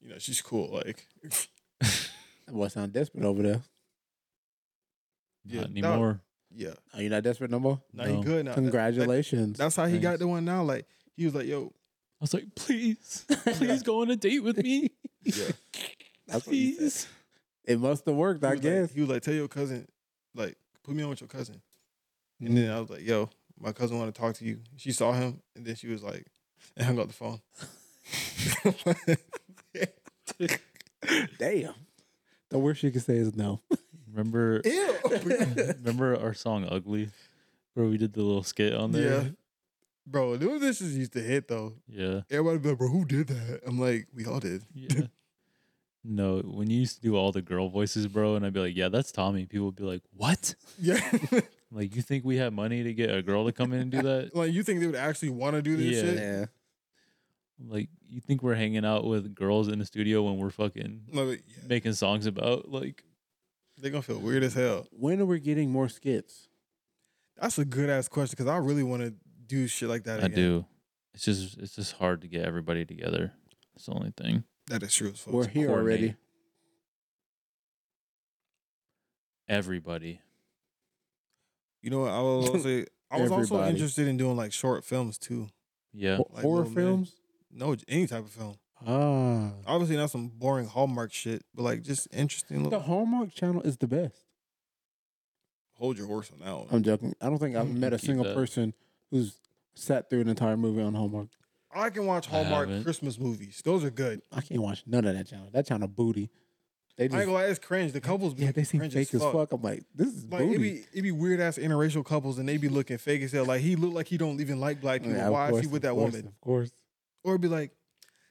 you know, she's cool. Like,
That boy sound desperate over there.
Yeah,
not
no.
anymore.
yeah,
Are you not desperate no more?
now
No.
he good now.
Congratulations.
That's how he got
Thanks.
the one now. Like he was like, yo,
I was like, please, please go on a date with me,
yeah.
That's what he said.
please.
It must have worked,
He
I
was like-
guess.
he was like, tell your cousin, like, put me on with your cousin. And then I was like, yo, my cousin want to talk to you. She saw him, and then she was like, and hung up the phone.
Damn. The worst she could say is no.
Remember,
Ew.
remember our song "Ugly," where we did the little skit on
yeah.
there.
Bro, those dishes used to hit though.
Yeah,
Everybody be like, bro, who did that? I'm like, we all did.
yeah, yeah. No, when you used to do all the girl voices, bro, and I'd be like, "Yeah, that's Tommy." People would be like, "What?"
Yeah.
Like, you think we have money to get a girl to come in and do that?
like, you think they would actually want to do this
Yeah.
shit?
Yeah.
Like, you think we're hanging out with girls in the studio when we're fucking
No, but yeah,
making songs about like?
they're gonna feel weird as hell.
When are we getting more skits?
That's a good ass question because I really want to do shit like that.
I
again.
do. It's just it's just hard to get everybody together. It's the only thing.
That is true as fuck.
We're here
coordinate.
already.
Everybody.
You know what? I was also, I was also
Everybody.
interested in doing like short films too.
Yeah.
Ho-
Like
Horror
Little Man.
films?
No, j- any type of film.
Ah.
Obviously, not some boring Hallmark shit, but like just interesting.
The
Little,
Hallmark channel is the best.
hold your horse on that one.
I'm joking. I don't think I've
Mm,
met a
keep
single
that.
person who's sat through an entire movie on Hallmark.
I can watch
I
Hallmark
haven't.
Christmas movies. Those are good.
I can't watch none of that channel. That channel booty. They
I ain't
just
gonna lie, it's cringe. The couples be
yeah, they seem
cringe
fake as fuck. I'm like, this is
Like
booty.
it be it be weird ass interracial couples and they be looking fake as hell. Like he look like he don't even like black people.
Yeah, of
Why is
course,
he with
of
that
course,
woman?
Of course.
Or be like,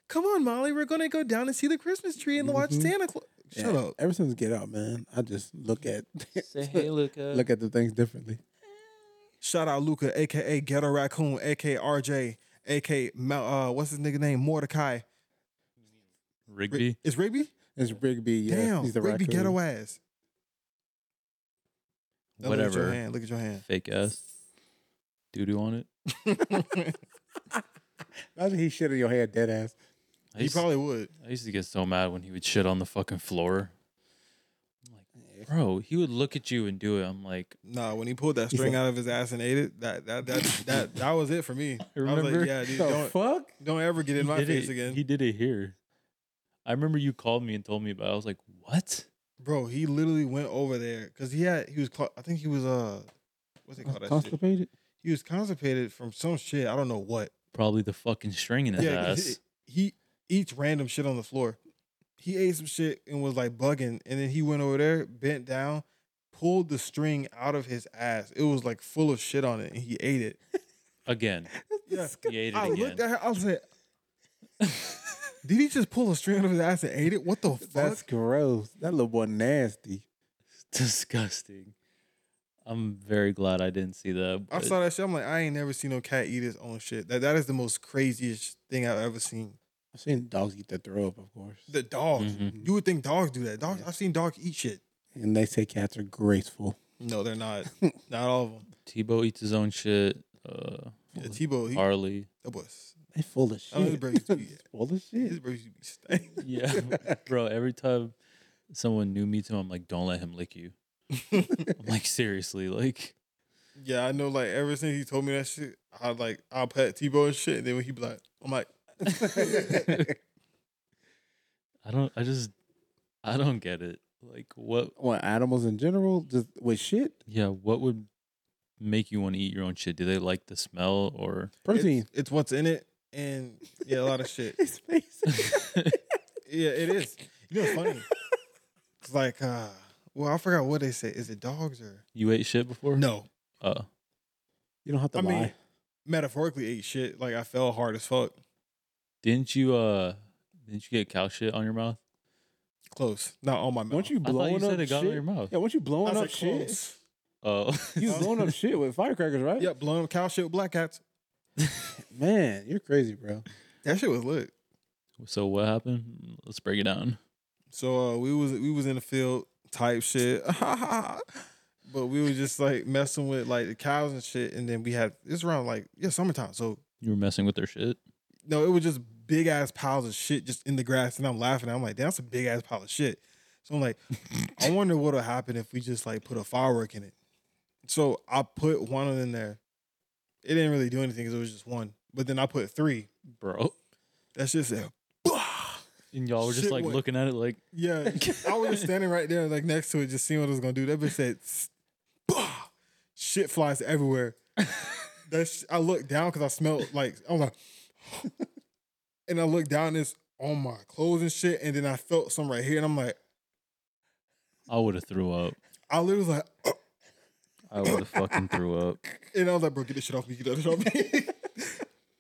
come on, Molly, we're gonna go down and see the Christmas tree and watch
Mhm.
Santa Claus. Shut
Yeah,
up.
Ever since Get Out, man, I just look at
Say hey, Luca.
look at the things differently.
Shout out Luca, aka Ghetto Raccoon, aka RJ, aka Mal, uh, what's his nigga name? Mordecai. Ri-
Rigby.
Is Rigby?
It's Rigby. Yeah,
Damn,
he's the
Rigby
raccoon.
ghetto ass. Now Look at your
Whatever.
hand. Look at your hand.
Fake ass. Doo doo on it.
Imagine he shit in your head, dead ass.
I
He
used,
probably would.
I used to get so mad when he would shit on the fucking floor. I'm like, bro, he would look at you and do it. I'm like,
Nah, when he pulled that
He
string
said-
out of his ass and ate it, that that that that that was it for me. I was
Remember?
like, yeah, dude,
the
don't
fuck?
don't ever get in
he
my
did
face
it,
again,
He did it here. I remember you called me and told me about. it. I was like, what?
bro. He literally went over there because he had he was cla- I think he was uh what's it called that shit?
Constipated?
He was constipated from some shit I don't know what.
Probably the fucking string in his
Yeah, 'cause
ass.
he, he eats random shit on the floor. He ate some shit and was like bugging, and then he went over there, bent down, pulled the string out of his ass. It was like full of shit on it, and he ate it.
Again,
Yeah,
he ate it
I
again.
looked at her. I was like, "Did he just pull a string out of his ass and ate it? What the fuck?"
That's gross. That little boy nasty.
disgusting. I'm very glad I didn't see that.
I
but
saw that shit. I'm like, I ain't never seen no cat eat his own shit. That that is the most craziest thing I've ever seen.
I've seen dogs eat their throw up, of course.
The dogs.
Mhm.
You would think dogs do that. Dogs. I've seen dogs eat shit.
And they say cats are graceful.
No, they're not. not all of them.
Tebow eats his own shit. Uh,
Yeah, Tebow. He,
Harley.
that was.
They full of shit.
I mean, bro, he's- yeah.
full of
His
shit.
bro used to be stank.
Yeah, bro. Every time someone new meets him, I'm like, don't let him lick you. I'm like, seriously, like,
Yeah, I know. Like ever since he told me that shit, I like I'll pet Tebow and shit, and then when he be like, I'm like,
I don't. I just, I don't get it. Like, what?
What animals in general, just with shit,
Yeah, what would make you want to eat your own shit? Do they like the smell or?
protein.
it's, it's what's in it, and yeah, a lot of shit.
His face.
Yeah, it is. You know, it's funny. It's like, uh, well, I forgot what they say. Is it dogs or
you ate shit before?
no?
Uh,
you don't have to
I
lie.
mean, metaphorically, ate shit. Like I fell hard as fuck.
didn't you? Uh, didn't you get cow shit on your mouth?
Close, not on my mouth.
once you
I thought
blowing
you said
up
it got
shit,
on your mouth.
yeah, once you
I
blowing
said
up shit,
close.
Oh,
you blowing up shit with firecrackers, right?
Yeah, blown up cow shit with black cats.
Man, you're crazy, bro.
That shit was lit.
So what happened? Let's break it down.
So uh, we was we was in the field type shit, but we was just like messing with like the cows and shit. And then we had it's around like yeah summertime, so
You were messing with their shit.
no, it was just big ass piles of shit just in the grass. And I'm laughing. I'm like, damn, that's a big ass pile of shit. So I'm like, I wonder what'll happen if we just like put a firework in it. So I put one in there. It didn't really do anything 'cause it was just one. But then I put three.
bro.
That shit said, "Bah!"
And y'all were just
Shit
like
went-
looking at it like
Yeah, I was just standing right there, like next to it, just seeing what it was gonna do. That bitch said, "Tss, bah!" "Shit flies everywhere." that sh- I looked down because I smelled like I'm like, and I looked down, it's on my clothes and shit, and then I felt some right here, and I'm like,
I would have threw up.
I literally was like,
I would have fucking threw up.
and I was like, "Bro, get this shit off me, get that shit off me."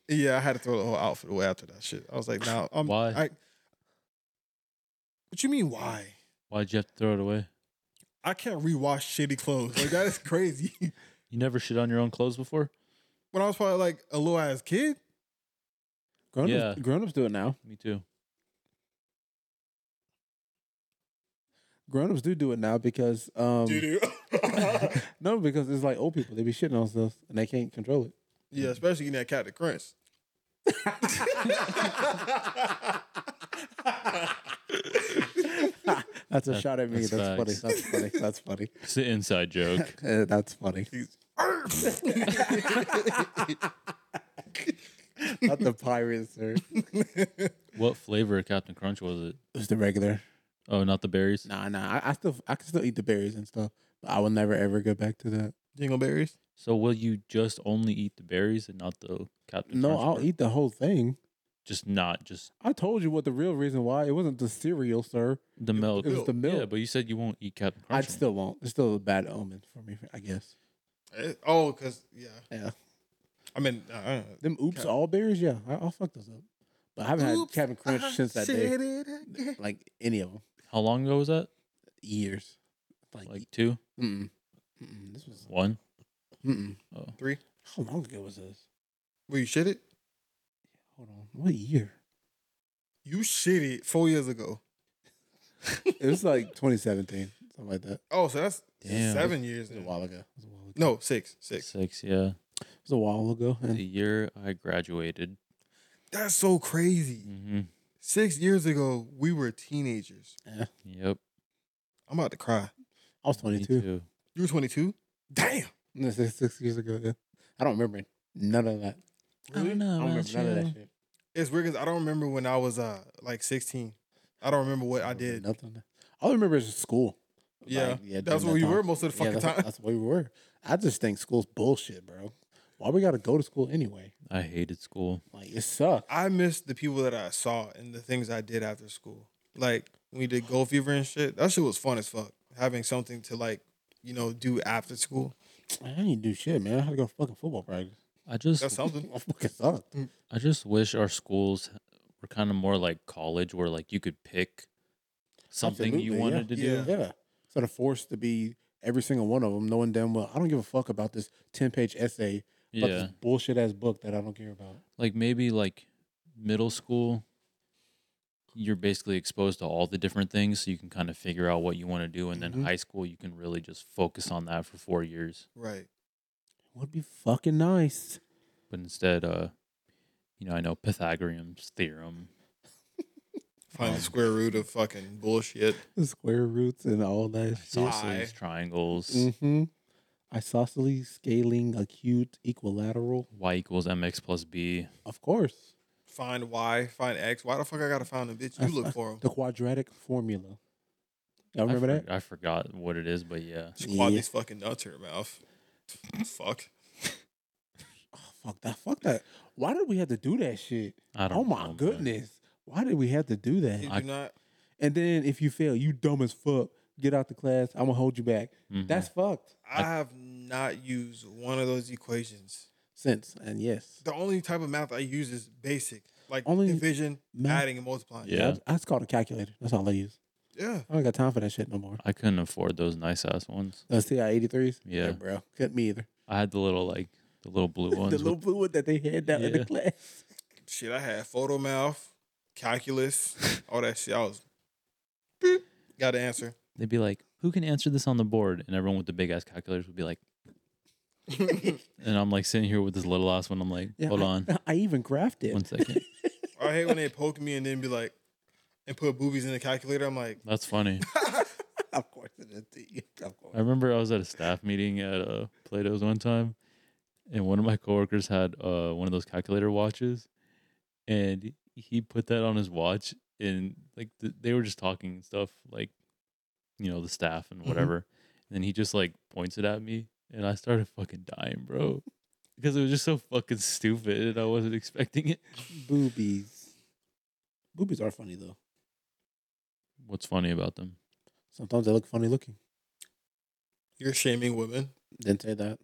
yeah, I had to throw the whole outfit away after that shit. I was like, "Now, I'm
Why?
I, what you mean why?
Why'd you have to throw it away?
I can't rewash shitty clothes. Like that is crazy."
You never shit on your own clothes before?
when I was probably like a little ass kid.
Grown
Yeah.
ups, grown ups do it now.
Me too.
Grown ups do do it now because um, no, because it's like old people. They be shitting on stuff and they can't control it.
yeah, especially eating that Captain Crunch.
That's a
That-
shot at me.
that's
That's, funny.
facts.
That's funny. That's funny.
It's an inside joke.
Uh, that's funny. Not the pirates, sir.
what flavor of Captain Crunch was it?
It's the regular.
Oh, not the berries.
Nah, nah. I, I still, I can still eat the berries and stuff, but I will never ever go back to that.
Jingleberries.
So will you just only eat the berries and not the Captain
No,
Crunch?
I'll
part?
eat the whole thing.
just not just
I told you what the real reason why it wasn't the cereal, sir.
the milk.
It was the
Yeah,
milk.
but you said you won't eat Captain
I
Crunch. anymore.
still won't. It's still a bad omen for me, I guess.
Eh, Oh, because yeah,
Yeah.
I mean, uh, I don't know.
Them oops
Cap-
all berries, yeah.
Uh-huh.
Uh-huh.
I, I'll fuck those up. But I haven't had Captain Crunch since that day. Like any of them.
How long ago was that?
Years. Like,
Like two,
mm-mm. Mm-mm. This was
one.
mm-mm.
Oh.
Three?
How long ago was this?
Well, you shit it?
Hold on. What year?
You shit it four years ago.
it was like 2017, something like that.
Oh, so that's
Damn.
seven
It was
years.
a
then.
while ago. It was a while ago.
No, six, six.
Six, yeah.
It was a while ago.
The
And
year I graduated.
That's so crazy.
hmm
Six years ago, we were teenagers.
Yep.
I'm about to cry.
I was
Me
22.
too.
You were 22? Damn.
No, Six, six years ago. Yeah. I don't remember none of that.
I don't know.
I don't
about
remember none of
you.
that shit.
It's weird because I don't remember when I was uh like 16. I don't remember what I
don't remember
did.
Nothing. All I remember is school.
Yeah,
during
That's
that
where we
time.
were most of the
Yeah,
fucking
that's,
time.
that's where we were. I just think school's bullshit, bro. Why we gotta go to school anyway?
I hated school.
Like it sucks.
I missed the people that I saw and the things I did after school. Like when we did Gold Fever and shit. That shit was fun as fuck. Having something to like, you know, do after school.
I didn't do shit, man. I had to go to fucking football practice.
I just
That's something.
I fucking sucked.
I just wish our schools were kind of more like college where like you could pick something
Absolutely,
you
yeah.
wanted to do.
Yeah.
Yeah. Instead of forced to be every single one of them, knowing damn well I don't give a fuck about this ten page essay
Yeah.
about this bullshit ass book that I don't care about.
Like maybe like middle school you're basically exposed to all the different things so you can kind of figure out what you want to do and
Mhm.
then high school you can really just focus on that for 4 years.
Right.
Would be fucking nice.
But instead uh you know, I know Pythagorean's theorem.
Find the square root of fucking bullshit.
The square roots and all that shit.
Sigh.
Isosceles, triangles,
Mm-hmm. Isosceles scaling acute equilateral.
y equals mx plus b.
Of course.
Find Y, find X. Why the fuck I gotta find them, bitch?
I-
You
I-
look for them.
The quadratic formula. Y'all remember
I
that?
for- I forgot what it is, but yeah.
Squad
Yeah.
these fucking nuts in your mouth. fuck.
Oh, fuck that. Fuck that. Why did we have to do that shit?
I don't
Oh my
know, man.
goodness. Why did we have to do
You
that?
do not.
And then if you fail, you dumb as fuck. Get out the class. I'm gonna hold you back.
Mhm.
That's fucked.
I have not used one of those equations.
Since and yes.
The only type of math I use is basic, like
Only
division,
math-
adding, and multiplying.
Yeah.
I, I just called a calculator. That's all I use.
Yeah.
I don't got time for that shit no more.
I couldn't afford those nice ass ones.
Let's see, I 83s.
Yeah.
bro. Couldn't me either.
I had the little like the little blue ones.
the
with-
little blue one that they had down in
Yeah.
the class.
Shit, I had photo mouth, calculus, all that shit. I was Beep. got the answer.
they'd be like, "Who can answer this on the board?" And everyone with the big ass calculators would be like, and I'm like sitting here with this little ass one. I'm like,
Yeah,
"Hold
I-
on,
I even graphed it.
one second.
I hate when they poke me and then be like, and put boobies in the calculator. I'm like,
That's funny."
of course it is. Of
I
course.
remember I was at a staff meeting at uh, Plato's one time, and one of my coworkers had uh, one of those calculator watches, and he put that on his watch, and like th- they were just talking and stuff, like you know the staff
Mm-hmm.
and whatever, and then he just like points it at me, and I started fucking dying, bro, because it was just so fucking stupid, and I wasn't expecting it.
Boobies. Boobies are funny though.
What's funny about them?
Sometimes they look funny looking.
you're shaming women.
Didn't say that.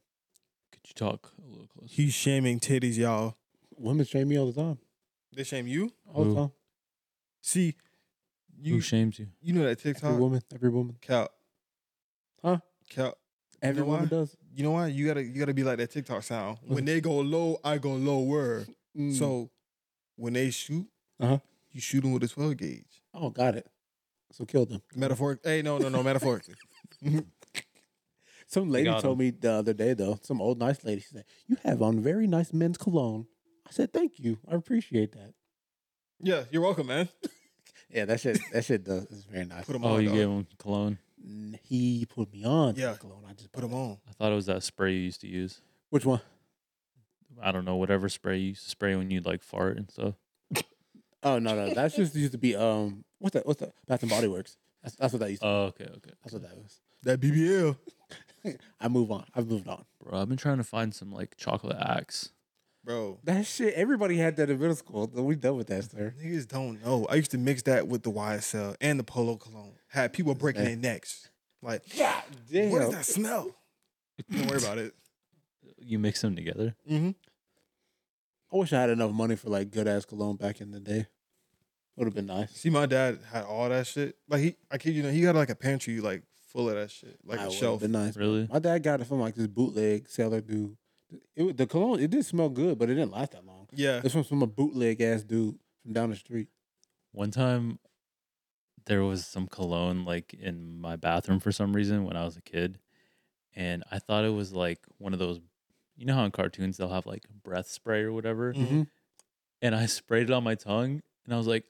Could you talk a little closer?
He's shaming titties, y'all.
Women shame me all the time.
They shame you.
All
Who?
the time.
See, you
Who shames you?
you know that
Every
TikTok
woman. Every woman.
Cal.
Huh?
Cal.
Every
know
woman
why?
does.
You know why? You gotta you gotta be like that TikTok sound. When they go low, I go lower. So when they shoot,
Uh-huh.
you shoot them with a 12 gauge.
Oh, got it. So kill them.
Metaphoric. Hey, no, no, no, metaphorically.
Some lady
got
told me the other day though, some old nice lady, she said, You have on very nice men's cologne. I said, Thank you. I appreciate that.
Yeah, you're welcome, man.
Yeah, that shit that shit does is very nice.
Put them on.
Oh, you
dog.
gave him cologne.
N- He put me on to the
Yeah.
cologne. I just
Put them on.
I thought it was that spray you used to use.
Which one?
I don't know, whatever spray you spray when you like fart and stuff.
Oh no, no. That's just used to be um what's that what's that? Bath and Body Works. That's, that's what that used to
Oh, okay, okay.
That's what that was.
That BBL.
I move on. I've moved on.
Bro, I've been trying to find some like chocolate axe.
Bro,
That shit everybody had that in middle school. We done with that, sir.
niggas don't know. I used to mix that with the YSL and the Polo Cologne. Had people breaking
Yeah.
their necks. Like,
God damn.
what is that smell? Don't worry about it.
You mix them together.
Mm-hmm.
I wish I had enough money for like good ass cologne back in the day. Would have been nice.
See, my dad had all that shit. Like he, I kid you not, he had like a pantry like full of that shit, like
I
a
would've
shelf.
Been nice.
Really?
My dad got it from like this bootleg seller dude. It was, the cologne. It did smell good, but it didn't last that long.
Yeah,
This one's from a bootleg ass dude from down the street.
One time there was some cologne like in my bathroom for some reason when I was a kid. And I thought it was like one of those you know how in cartoons they'll have like breath spray or whatever?
Mhm.
And I sprayed it on my tongue and I was like,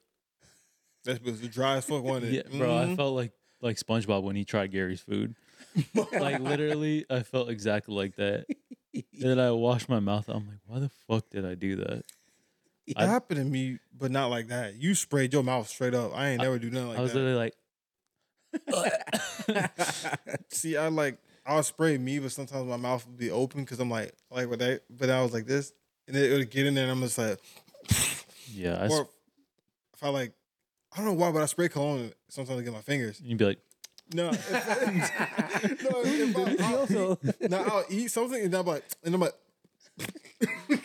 that was dry as fuck, wasn't
Yeah,
it?
bro, I
Mhm.
felt like like SpongeBob when he tried Gary's food.
Mm-hmm.
like literally I felt exactly like that. And then I washed my mouth. I'm like, why the fuck did I do that?
It happened to me, but not like that. You sprayed your mouth straight up. I ain't
I-
never do nothing like
I was
that.
literally like
See, I like I'll spray me, but sometimes my mouth would be open because I'm like like what that, but I was like this, and it would get in there, and I'm just like,
Yeah, I s-
or if I like, I don't know why, but I spray cologne sometimes I get my fingers.
you'd be like,
No, if, no, if I, I'll,
also,
eat, no, I'll eat something, and I'm like, and I'm like,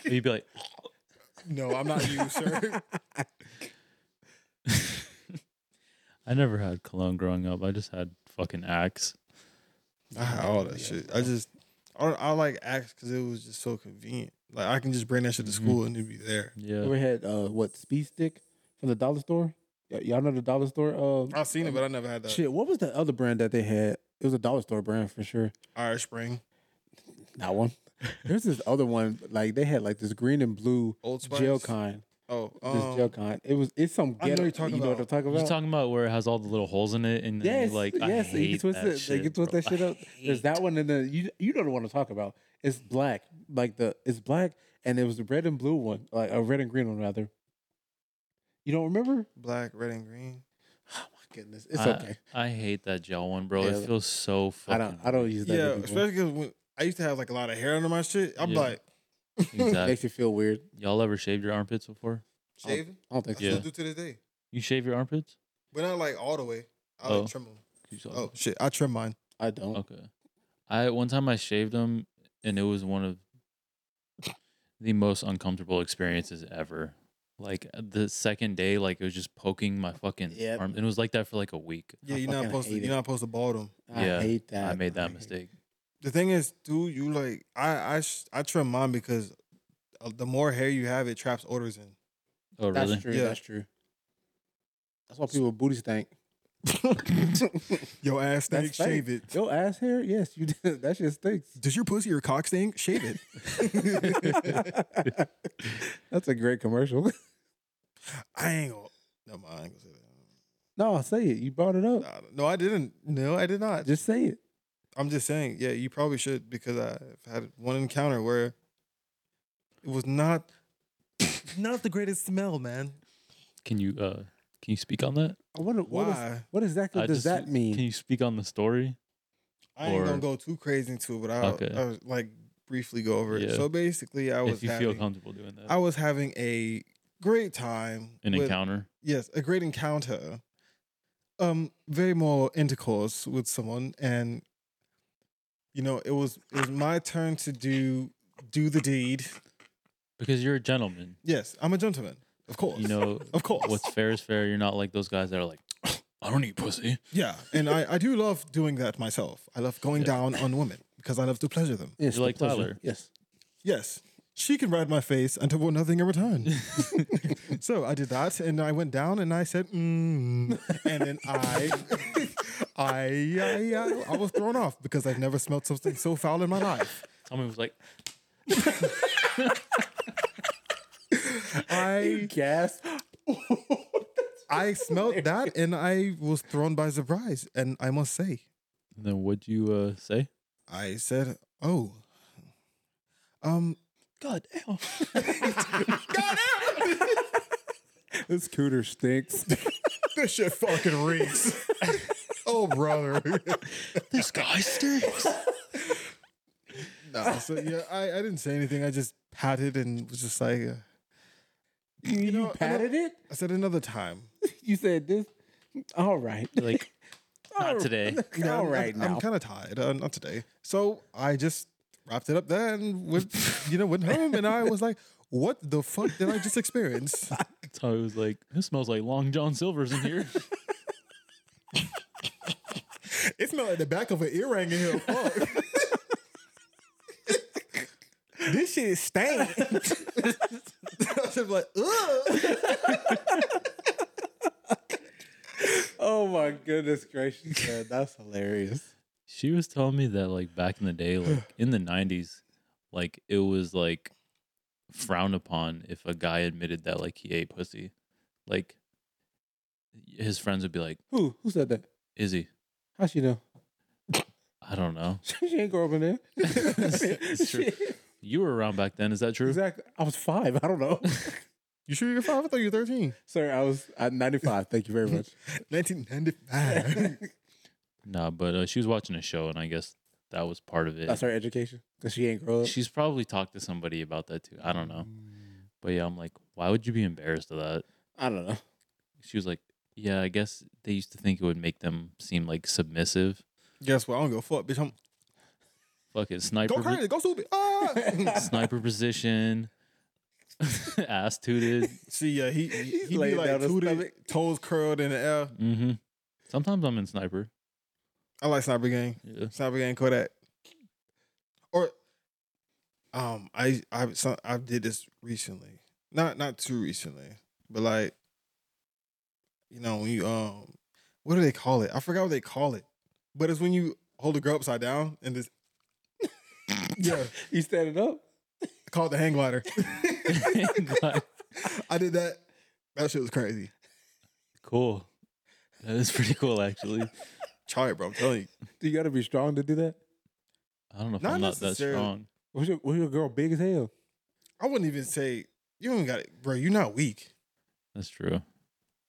you'd be like,
no, I'm not you, sir.
I never had cologne growing up. I just had fucking Axe.
I had all that shit. I just, I, I like Axe because it was just so convenient. Like I can just bring that shit to
Mhm.
school and it'd be there.
Yeah,
we had uh, what speed stick from the dollar store. Y- y'all know the dollar store. Uh,
I've seen it, but I never had that.
shit. What was the other brand that they had? It was a dollar store brand for sure.
Irish Spring,
That one. There's this other one. Like they had like this green and blue
Old Spice.
gel kind.
Oh,
This
um,
gel kind. It was. It's some.
I know
Ghetto,
you're talking
you know what I'm
about.
talking
you
about.
talking about where it has all the little holes in it, and then
Yes,
you like, I
yes,
hate
you can twist
that
it.
shit.
they can twist
bro.
that shit
I
up. There's
hate-
that one, and then you you know the one I'm talking about. It's black, like the it's black, and it was the red and blue one, like a red and green one rather. You don't remember?
black, red, and green.
Oh my goodness, it's
I-
okay.
I hate that gel one, bro.
Yeah.
It feels so
I
fucking.
don't I don't use that.
Yeah,
anymore.
especially because when I used to have like a lot of hair under my shit, I'm
Yeah.
like
Exactly.
makes you feel weird.
Y'all ever shaved your armpits before?
shaving.
I don't
I
think so.
still
Yeah.
do to this day,
You shave your armpits?
but not like all the way. I like
Oh.
trim them.
You saw-
Oh shit, I trim mine.
I don't.
Okay. I one time I shaved them, and it was one of the most uncomfortable experiences ever. Like uh, the second day, like it was just poking my fucking
Yep.
arm. And it was like that for like a week.
Yeah,
I
you're not
fucking
supposed to.
hate
You're
it.
not supposed to bald them.
I
Yeah,
hate that.
I made that
hate-
mistake.
The thing is, dude, you like I I sh- I trim mine because uh, the more hair you have, it traps odors in.
Oh
That's
really?
true.
Yeah.
That's true. That's why people with booty stank.
Your ass
That's
stink, shave it.
fake. Your ass hair? Yes, you did. That shit stinks.
Does your pussy or cock stink? Shave it.
That's a great commercial.
I ain't gonna. No, I ain't gonna say that.
No, say it. You brought it up.
Nah, No, I didn't. No, I did not.
Just say it.
I'm just saying, yeah, you probably should because I've had one encounter where it was not not the greatest smell, man.
Can you uh can you speak on that?
I wonder what, is,
Why?
what exactly
I
does
just-
that mean?
Can you speak on the story?
I ain't gonna
Or-
go too crazy into it, but I'll,
Okay.
I'll, like briefly go over it.
Yeah.
So basically, I was
If you feel
having,
comfortable doing that.
I was having a great time.
An
with-
encounter.
Yes, a great encounter. Um, very more intercourse with someone, and you know, it was it was my turn to do do the deed.
Because you're a gentleman.
Yes, I'm a gentleman, of course.
You know
of course.
what's fair is fair. You're not like those guys that are like, I don't eat pussy.
Yeah, and I, I do love doing that myself. I love going
Yeah.
down on women because I love to pleasure them.
Yes,
You
the
like
pleasure.
Tyler?
Yes.
Yes, she can ride my face until well, nothing in return. so I did that, and I went down, and I said, mm, and then I, I, I, I, I was thrown off because I've never smelled something so foul in my life.
Tommy was like,
I,
Gas.
I smelled that, and I was thrown by surprise. And I must say,
and then what'd you uh, say?
I said, oh, um,
God damn.
this cooter stinks.
this shit fucking reeks. oh, brother.
this guy stinks.
No, so yeah, I, I didn't say anything. I just patted and was just like, uh, you know, I don't-
Patted it?
I said another time.
You said this? All right.
like, not today.
Yeah,
All
I'm-
right
I'm,
now.
I'm kind of tired. Uh, not today. So I just wrapped it up there and went, you know, went home. And I was like, What the fuck did I just experience?
So I was like, this smells like Long John Silver's in here.
it smelled like the back of an earring in here. Fuck.
This shit is stained.
I was just like, ugh.
oh my goodness gracious, man. That's hilarious.
she was telling me that like back in the day, like in the nineties, like it was like frowned upon if a guy admitted that like he ate pussy. Like his friends would be like,
Who? Who said that?
Is he?
How she know?
I don't know.
she ain't grow up in there.
It's true. You were around back then, is that true?
Exactly. I was five. I don't know.
You sure you're five? I thought you were 13.
Sir, I was at 95. Thank you very much.
1995.
Nah, but uh, she was watching a show and I guess that was part of it.
That's her education. Because she ain't grow up.
She's probably talked to somebody about that too. I don't know.
Mm.
But yeah, I'm like, why would you be embarrassed of that?
I don't know.
She was like, yeah, I guess they used to think it would make them seem like submissive.
Guess what? I don't give a fuck, bitch. I'm
Fucking sniper,
go
po-
crazy, go stupid. Ah!
sniper position, ass tooted.
See, yeah, he he,
He's
he be
laying
like
down his
tooted,
stomach.
toes curled in the air.
hmm Sometimes I'm in sniper.
I like Sniper Gang.
Yeah.
Sniper Gang Kodak. Or um I I so, I did this recently. Not not too recently, but like you know, when you um what do they call it? I forgot what they call it. But it's when you hold the girl upside down and just Yeah,
You standing up?
call it the hang glider.
Like,
I did that. That shit was crazy.
cool. That is pretty cool, actually.
Try it, bro. I'm telling you.
Do you got to be strong to do that?
I don't know if
Not
I'm not that
necessarily.
strong.
Was your, was your girl big as hell?
I wouldn't even say you don't got it, bro. You're not weak.
That's true.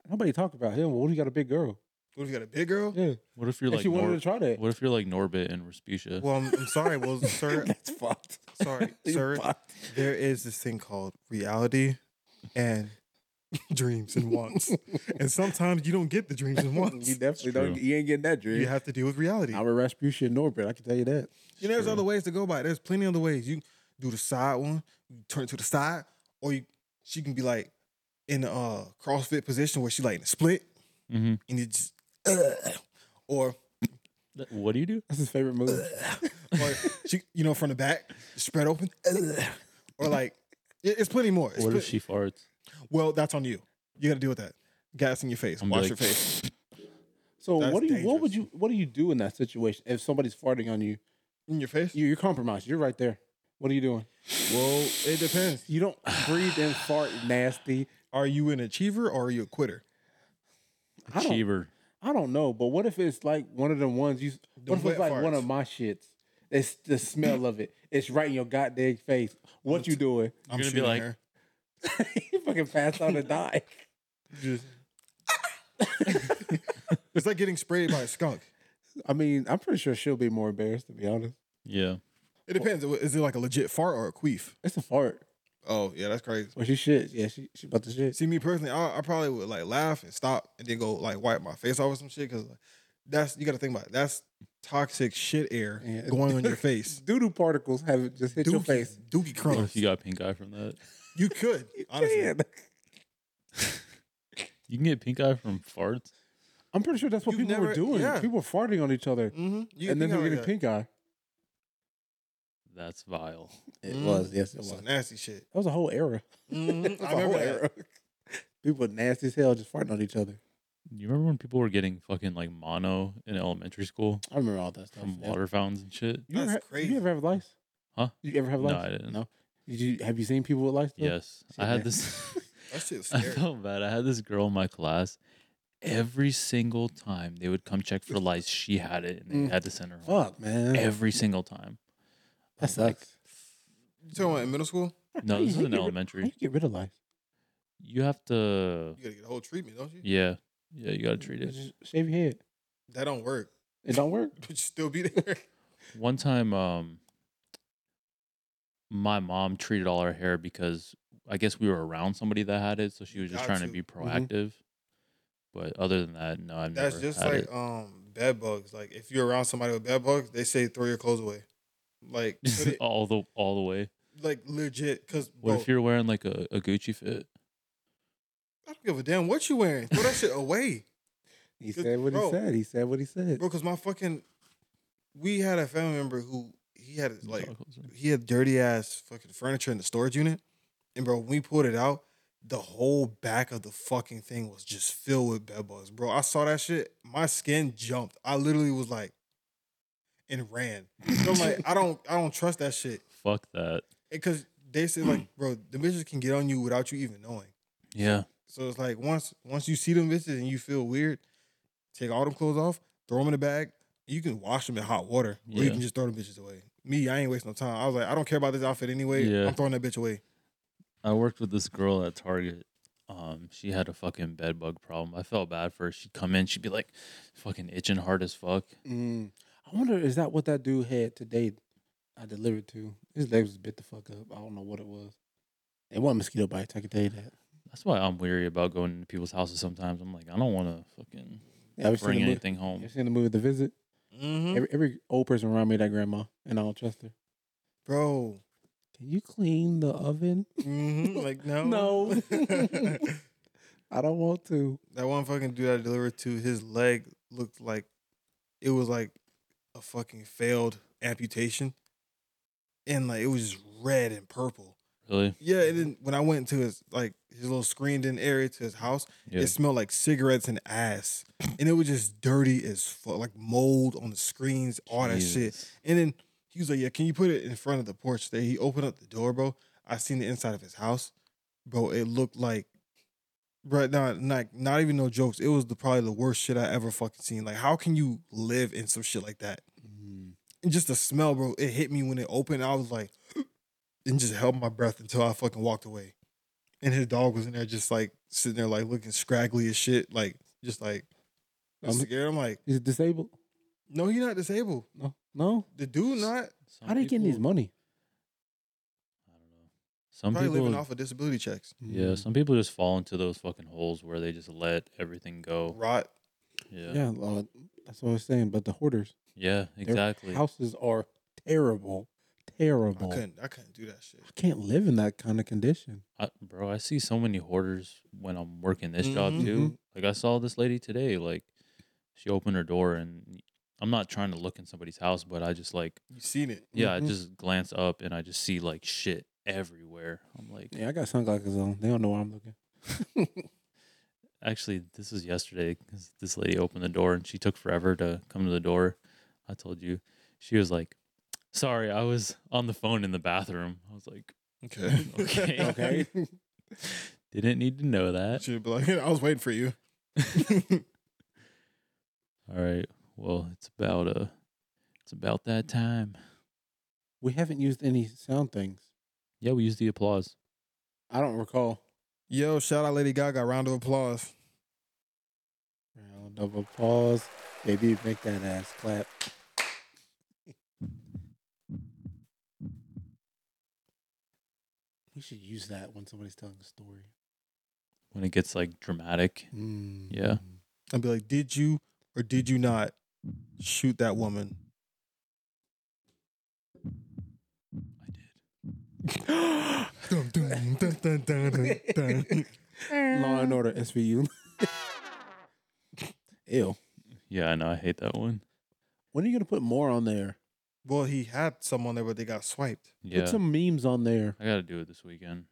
Nobody talk about him. What if you got a big girl?
What if you got a big girl?
Yeah.
What if you're
if
like
you wanted
Nor-
to try that.
what if you're like Norbit and Respucia?
Well, I'm, I'm sorry. Well, sir,
That's fucked.
sorry,
You're
sir.
fucked.
There is this thing called reality and dreams and wants, and sometimes you don't get the dreams and wants.
You definitely don't.
true.
You ain't getting that dream.
You have to deal with reality.
I'm a Rasputin Norbert. I can tell you that.
You know, there's
Sure.
other ways to go by. it. There's plenty of other ways. You do the side one, you turn it to the side, or you, she can be like in a uh, CrossFit position where she like in a split
hmm
and you just, uh, or
What do you do?
That's his favorite move.
or she, you know, from the back, spread open, or like, it- it's plenty more. It's
What if
plen-
she farts?
Well, that's on you. You got to deal with that. Gas in your face.
I'm
Wash
like-
your face.
So
That's
what do you? What would
dangerous.
you? What do you do in that situation if somebody's farting on you?
In your face.
you you're compromised. You're right there. What are you doing?
well, it depends.
You don't breathe and fart, nasty.
Are you an achiever or are you a quitter?
I don't-
Achiever.
I don't know, but what if it's like one of the ones you? What if
wet
it's like one
farts.
of my shits? It's the smell of it. It's right in your goddamn face. What you doing?
I'm
gonna be
shooting
like-
her.
you fucking pass out and die.
Just- it's like getting sprayed by a skunk.
I mean, I'm pretty sure she'll be more embarrassed to be honest.
Yeah.
It
Oh.
depends. Is it like a legit fart or a queef?
It's a fart.
Oh yeah, that's crazy.
Well, she shit. Yeah, she she about to shit.
See me personally, I, I probably would like laugh and stop and then go like wipe my face off with some shit because like, that's you got to think about it. that's toxic shit air
Yeah.
going on your face.
Doo doo particles haven't just hit your
Dookie-
face.
dookie
Oh.
What if
crumbs.
you got pink eye from that?
You could honestly. Mm-hmm.
Man,
You can get pink eye from farts.
I'm pretty sure that's what
You
people were
never-
doing.
yeah.
People were farting on each other,
Mm-hmm. You
and then they
think
were
about
getting
that.
pink eye.
That's vile.
It
Mm.
was yes, it was.
Some
That
nasty shit.
was a whole era.
Mhm.
That's
I
a
remember
whole
that.
era. People were nasty as hell, just farting on each other.
You remember when people were getting fucking like mono in elementary school
I remember all that stuff.
from
Oh, yeah.
water fountains and shit?
You ever,
That's
ha- You ever have lice?
Huh?
You ever have
No,
lice?
I didn't.
No. Did you have you seen people with lice? though?
Yes. I had
there.
this
That shit was
I
scary.
felt bad. I had this girl in my class. Every single time they would come check for lice, she had it and they
Mm.
had to send her home.
Fuck, man.
Every single time.
that sucks.
You talking about in middle school?
No,
How you-
this
how
is
you
in
get rid- How
elementary.
you get rid of lice?
You have to
You gotta get a whole treatment, don't you?
Yeah. Yeah, you gotta treat it.
Just shave your head.
That don't work.
It don't work.
But you still be there.
One time, um, my mom treated all our hair because I guess we were around somebody that had it, so she was just
Got
trying to
to.
be
Mhm.
proactive. But other than that, no, I've
Mm-hmm. That's
never
just
had
like
it.
um bed bugs. Like if you're around somebody with bed bugs, they say throw your clothes away. Like put it,
all the all the way.
like legit. Cause
What
bro,
if you're wearing like a, a Gucci fit?
I don't give a damn what you wearing. Throw that shit away,
He
Good-
said what
bro.
he said. He said what he said.
bro. Cause my fucking, we had a family member who he had like
Goggles.
he had dirty ass fucking furniture in the storage unit, and bro, when we pulled it out, the whole back of the fucking thing was just filled with bed bugs, bro. I saw that shit, my skin jumped. I literally was like, and ran. So I'm like, I don't, I don't trust that shit.
Fuck that.
because they say like, bro, the bitches can get on you without you even knowing.
Yeah.
So it's like once once you see them bitches and you feel weird, take all them clothes off, throw them in the bag. You can wash them in hot water, or you
Yeah.
can just throw them bitches away. Me, I ain't wasting no time. I was like, I don't care about this outfit anyway.
Yeah.
I'm throwing that bitch away.
I worked with this girl at Target. Um, she had a fucking bed bug problem. I felt bad for her. She'd come in, she'd be like fucking itching hard as fuck.
Mm. I wonder is that what that dude had today? I delivered to his legs was bit the fuck up. I don't know what it was. It wasn't mosquito bites. I can tell you that.
That's why I'm weary about going into people's houses sometimes. I'm like, I don't want to fucking
Yeah, I've seen
bring
the movie.
anything home. Hmm?
I've seen the movie The Visit.
Mm-hmm.
Every, every old person around me that grandma, and I don't trust her.
Bro,
Can you clean the oven?
hmm like no,
No.
that
I don't want to.
one fucking dude I delivered to, his leg looked like it was like a fucking failed amputation, and like it was just red and purple.
Really?
Yeah, and then when I went to his like his little screened in area to his house,
Yeah.
it smelled like cigarettes and ass, and it was just dirty as fuck, like mold on the screens, all that shit.
Jesus.
And then he was like, "Yeah, can you put it in front of the porch?" There, he opened up the door, bro. I seen the inside of his house, bro. It looked like, bro, not not not even no jokes. It was the probably the worst shit I ever fucking seen. Like, how can you live in some shit like that?
Mm-hmm.
and just the smell, bro, it hit me when it opened. I was like, and just held my breath until I fucking walked away. And his dog was in there, just like sitting there, like looking scraggly as shit, like just like I'm
Um,
scared. I'm like,
Is it disabled?
no, he not disabled.
No, no.
The dude not
Some
How they getting these
people-
money?
I don't know. Some
probably
people,
living off of disability checks.
yeah,
Mm.
some people just fall into those fucking holes where they just let everything go.
Rot.
Yeah.
Yeah,
Yeah,
Lord, that's what I was saying. But the hoarders,
exactly.
houses are terrible, terrible.
oh.
I couldn't. I couldn't do that shit.
I can't live in that kind of condition.
I, bro, I see so many hoarders when I'm working this job
Mm-hmm.
Mhm.
too. Like I saw this lady today, like she opened her door and I'm not trying to look in somebody's house, but I just like
You seen it?
yeah,
Mhm.
I just glance up and I just see like shit everywhere. I'm like,
Yeah, I got sunglasses on. They don't know where I'm looking.
actually, this was yesterday 'cause this lady opened the door and she took forever to come to the door. I told you. She was like, "Sorry, I was on the phone in the bathroom." I was like,
Okay.
Okay.
Okay.
"Didn't need to know that."
Should be like, I was waiting for you.
All right. Well, it's about uh it's about that time.
we haven't used any sound things.
Yeah, we use the applause.
I don't recall.
Yo, shout out Lady Gaga. Round of applause.
Round of applause. Baby, make that ass clap. We should use that when somebody's telling a story.
When it gets like dramatic. Yeah.
I'd be like, did you or did you not shoot that woman?
I did.
Dun, dun, dun, dun, dun, dun, dun.
Law and Order SVU. Ew.
Yeah, I know. I hate that one.
When are you gonna put more on there?
Well, he had some on there, but they got swiped.
Yeah.
Put some memes on there.
I got to do it this weekend.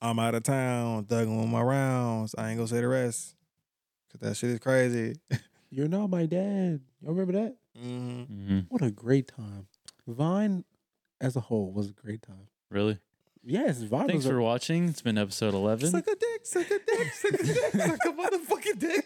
I'm out of town, thugging with my rounds. I ain't gonna say the rest. Cause that shit is crazy.
You're not my dad. Y'all remember that?
Mm-hmm.
hmm
What a great time. Vine as a whole was a great time.
Really?
Yes, Vine
Thanks
was a-
for watching. It's been episode 11.
Suck a dick, suck a dick, suck a dick, suck a motherfucking dick,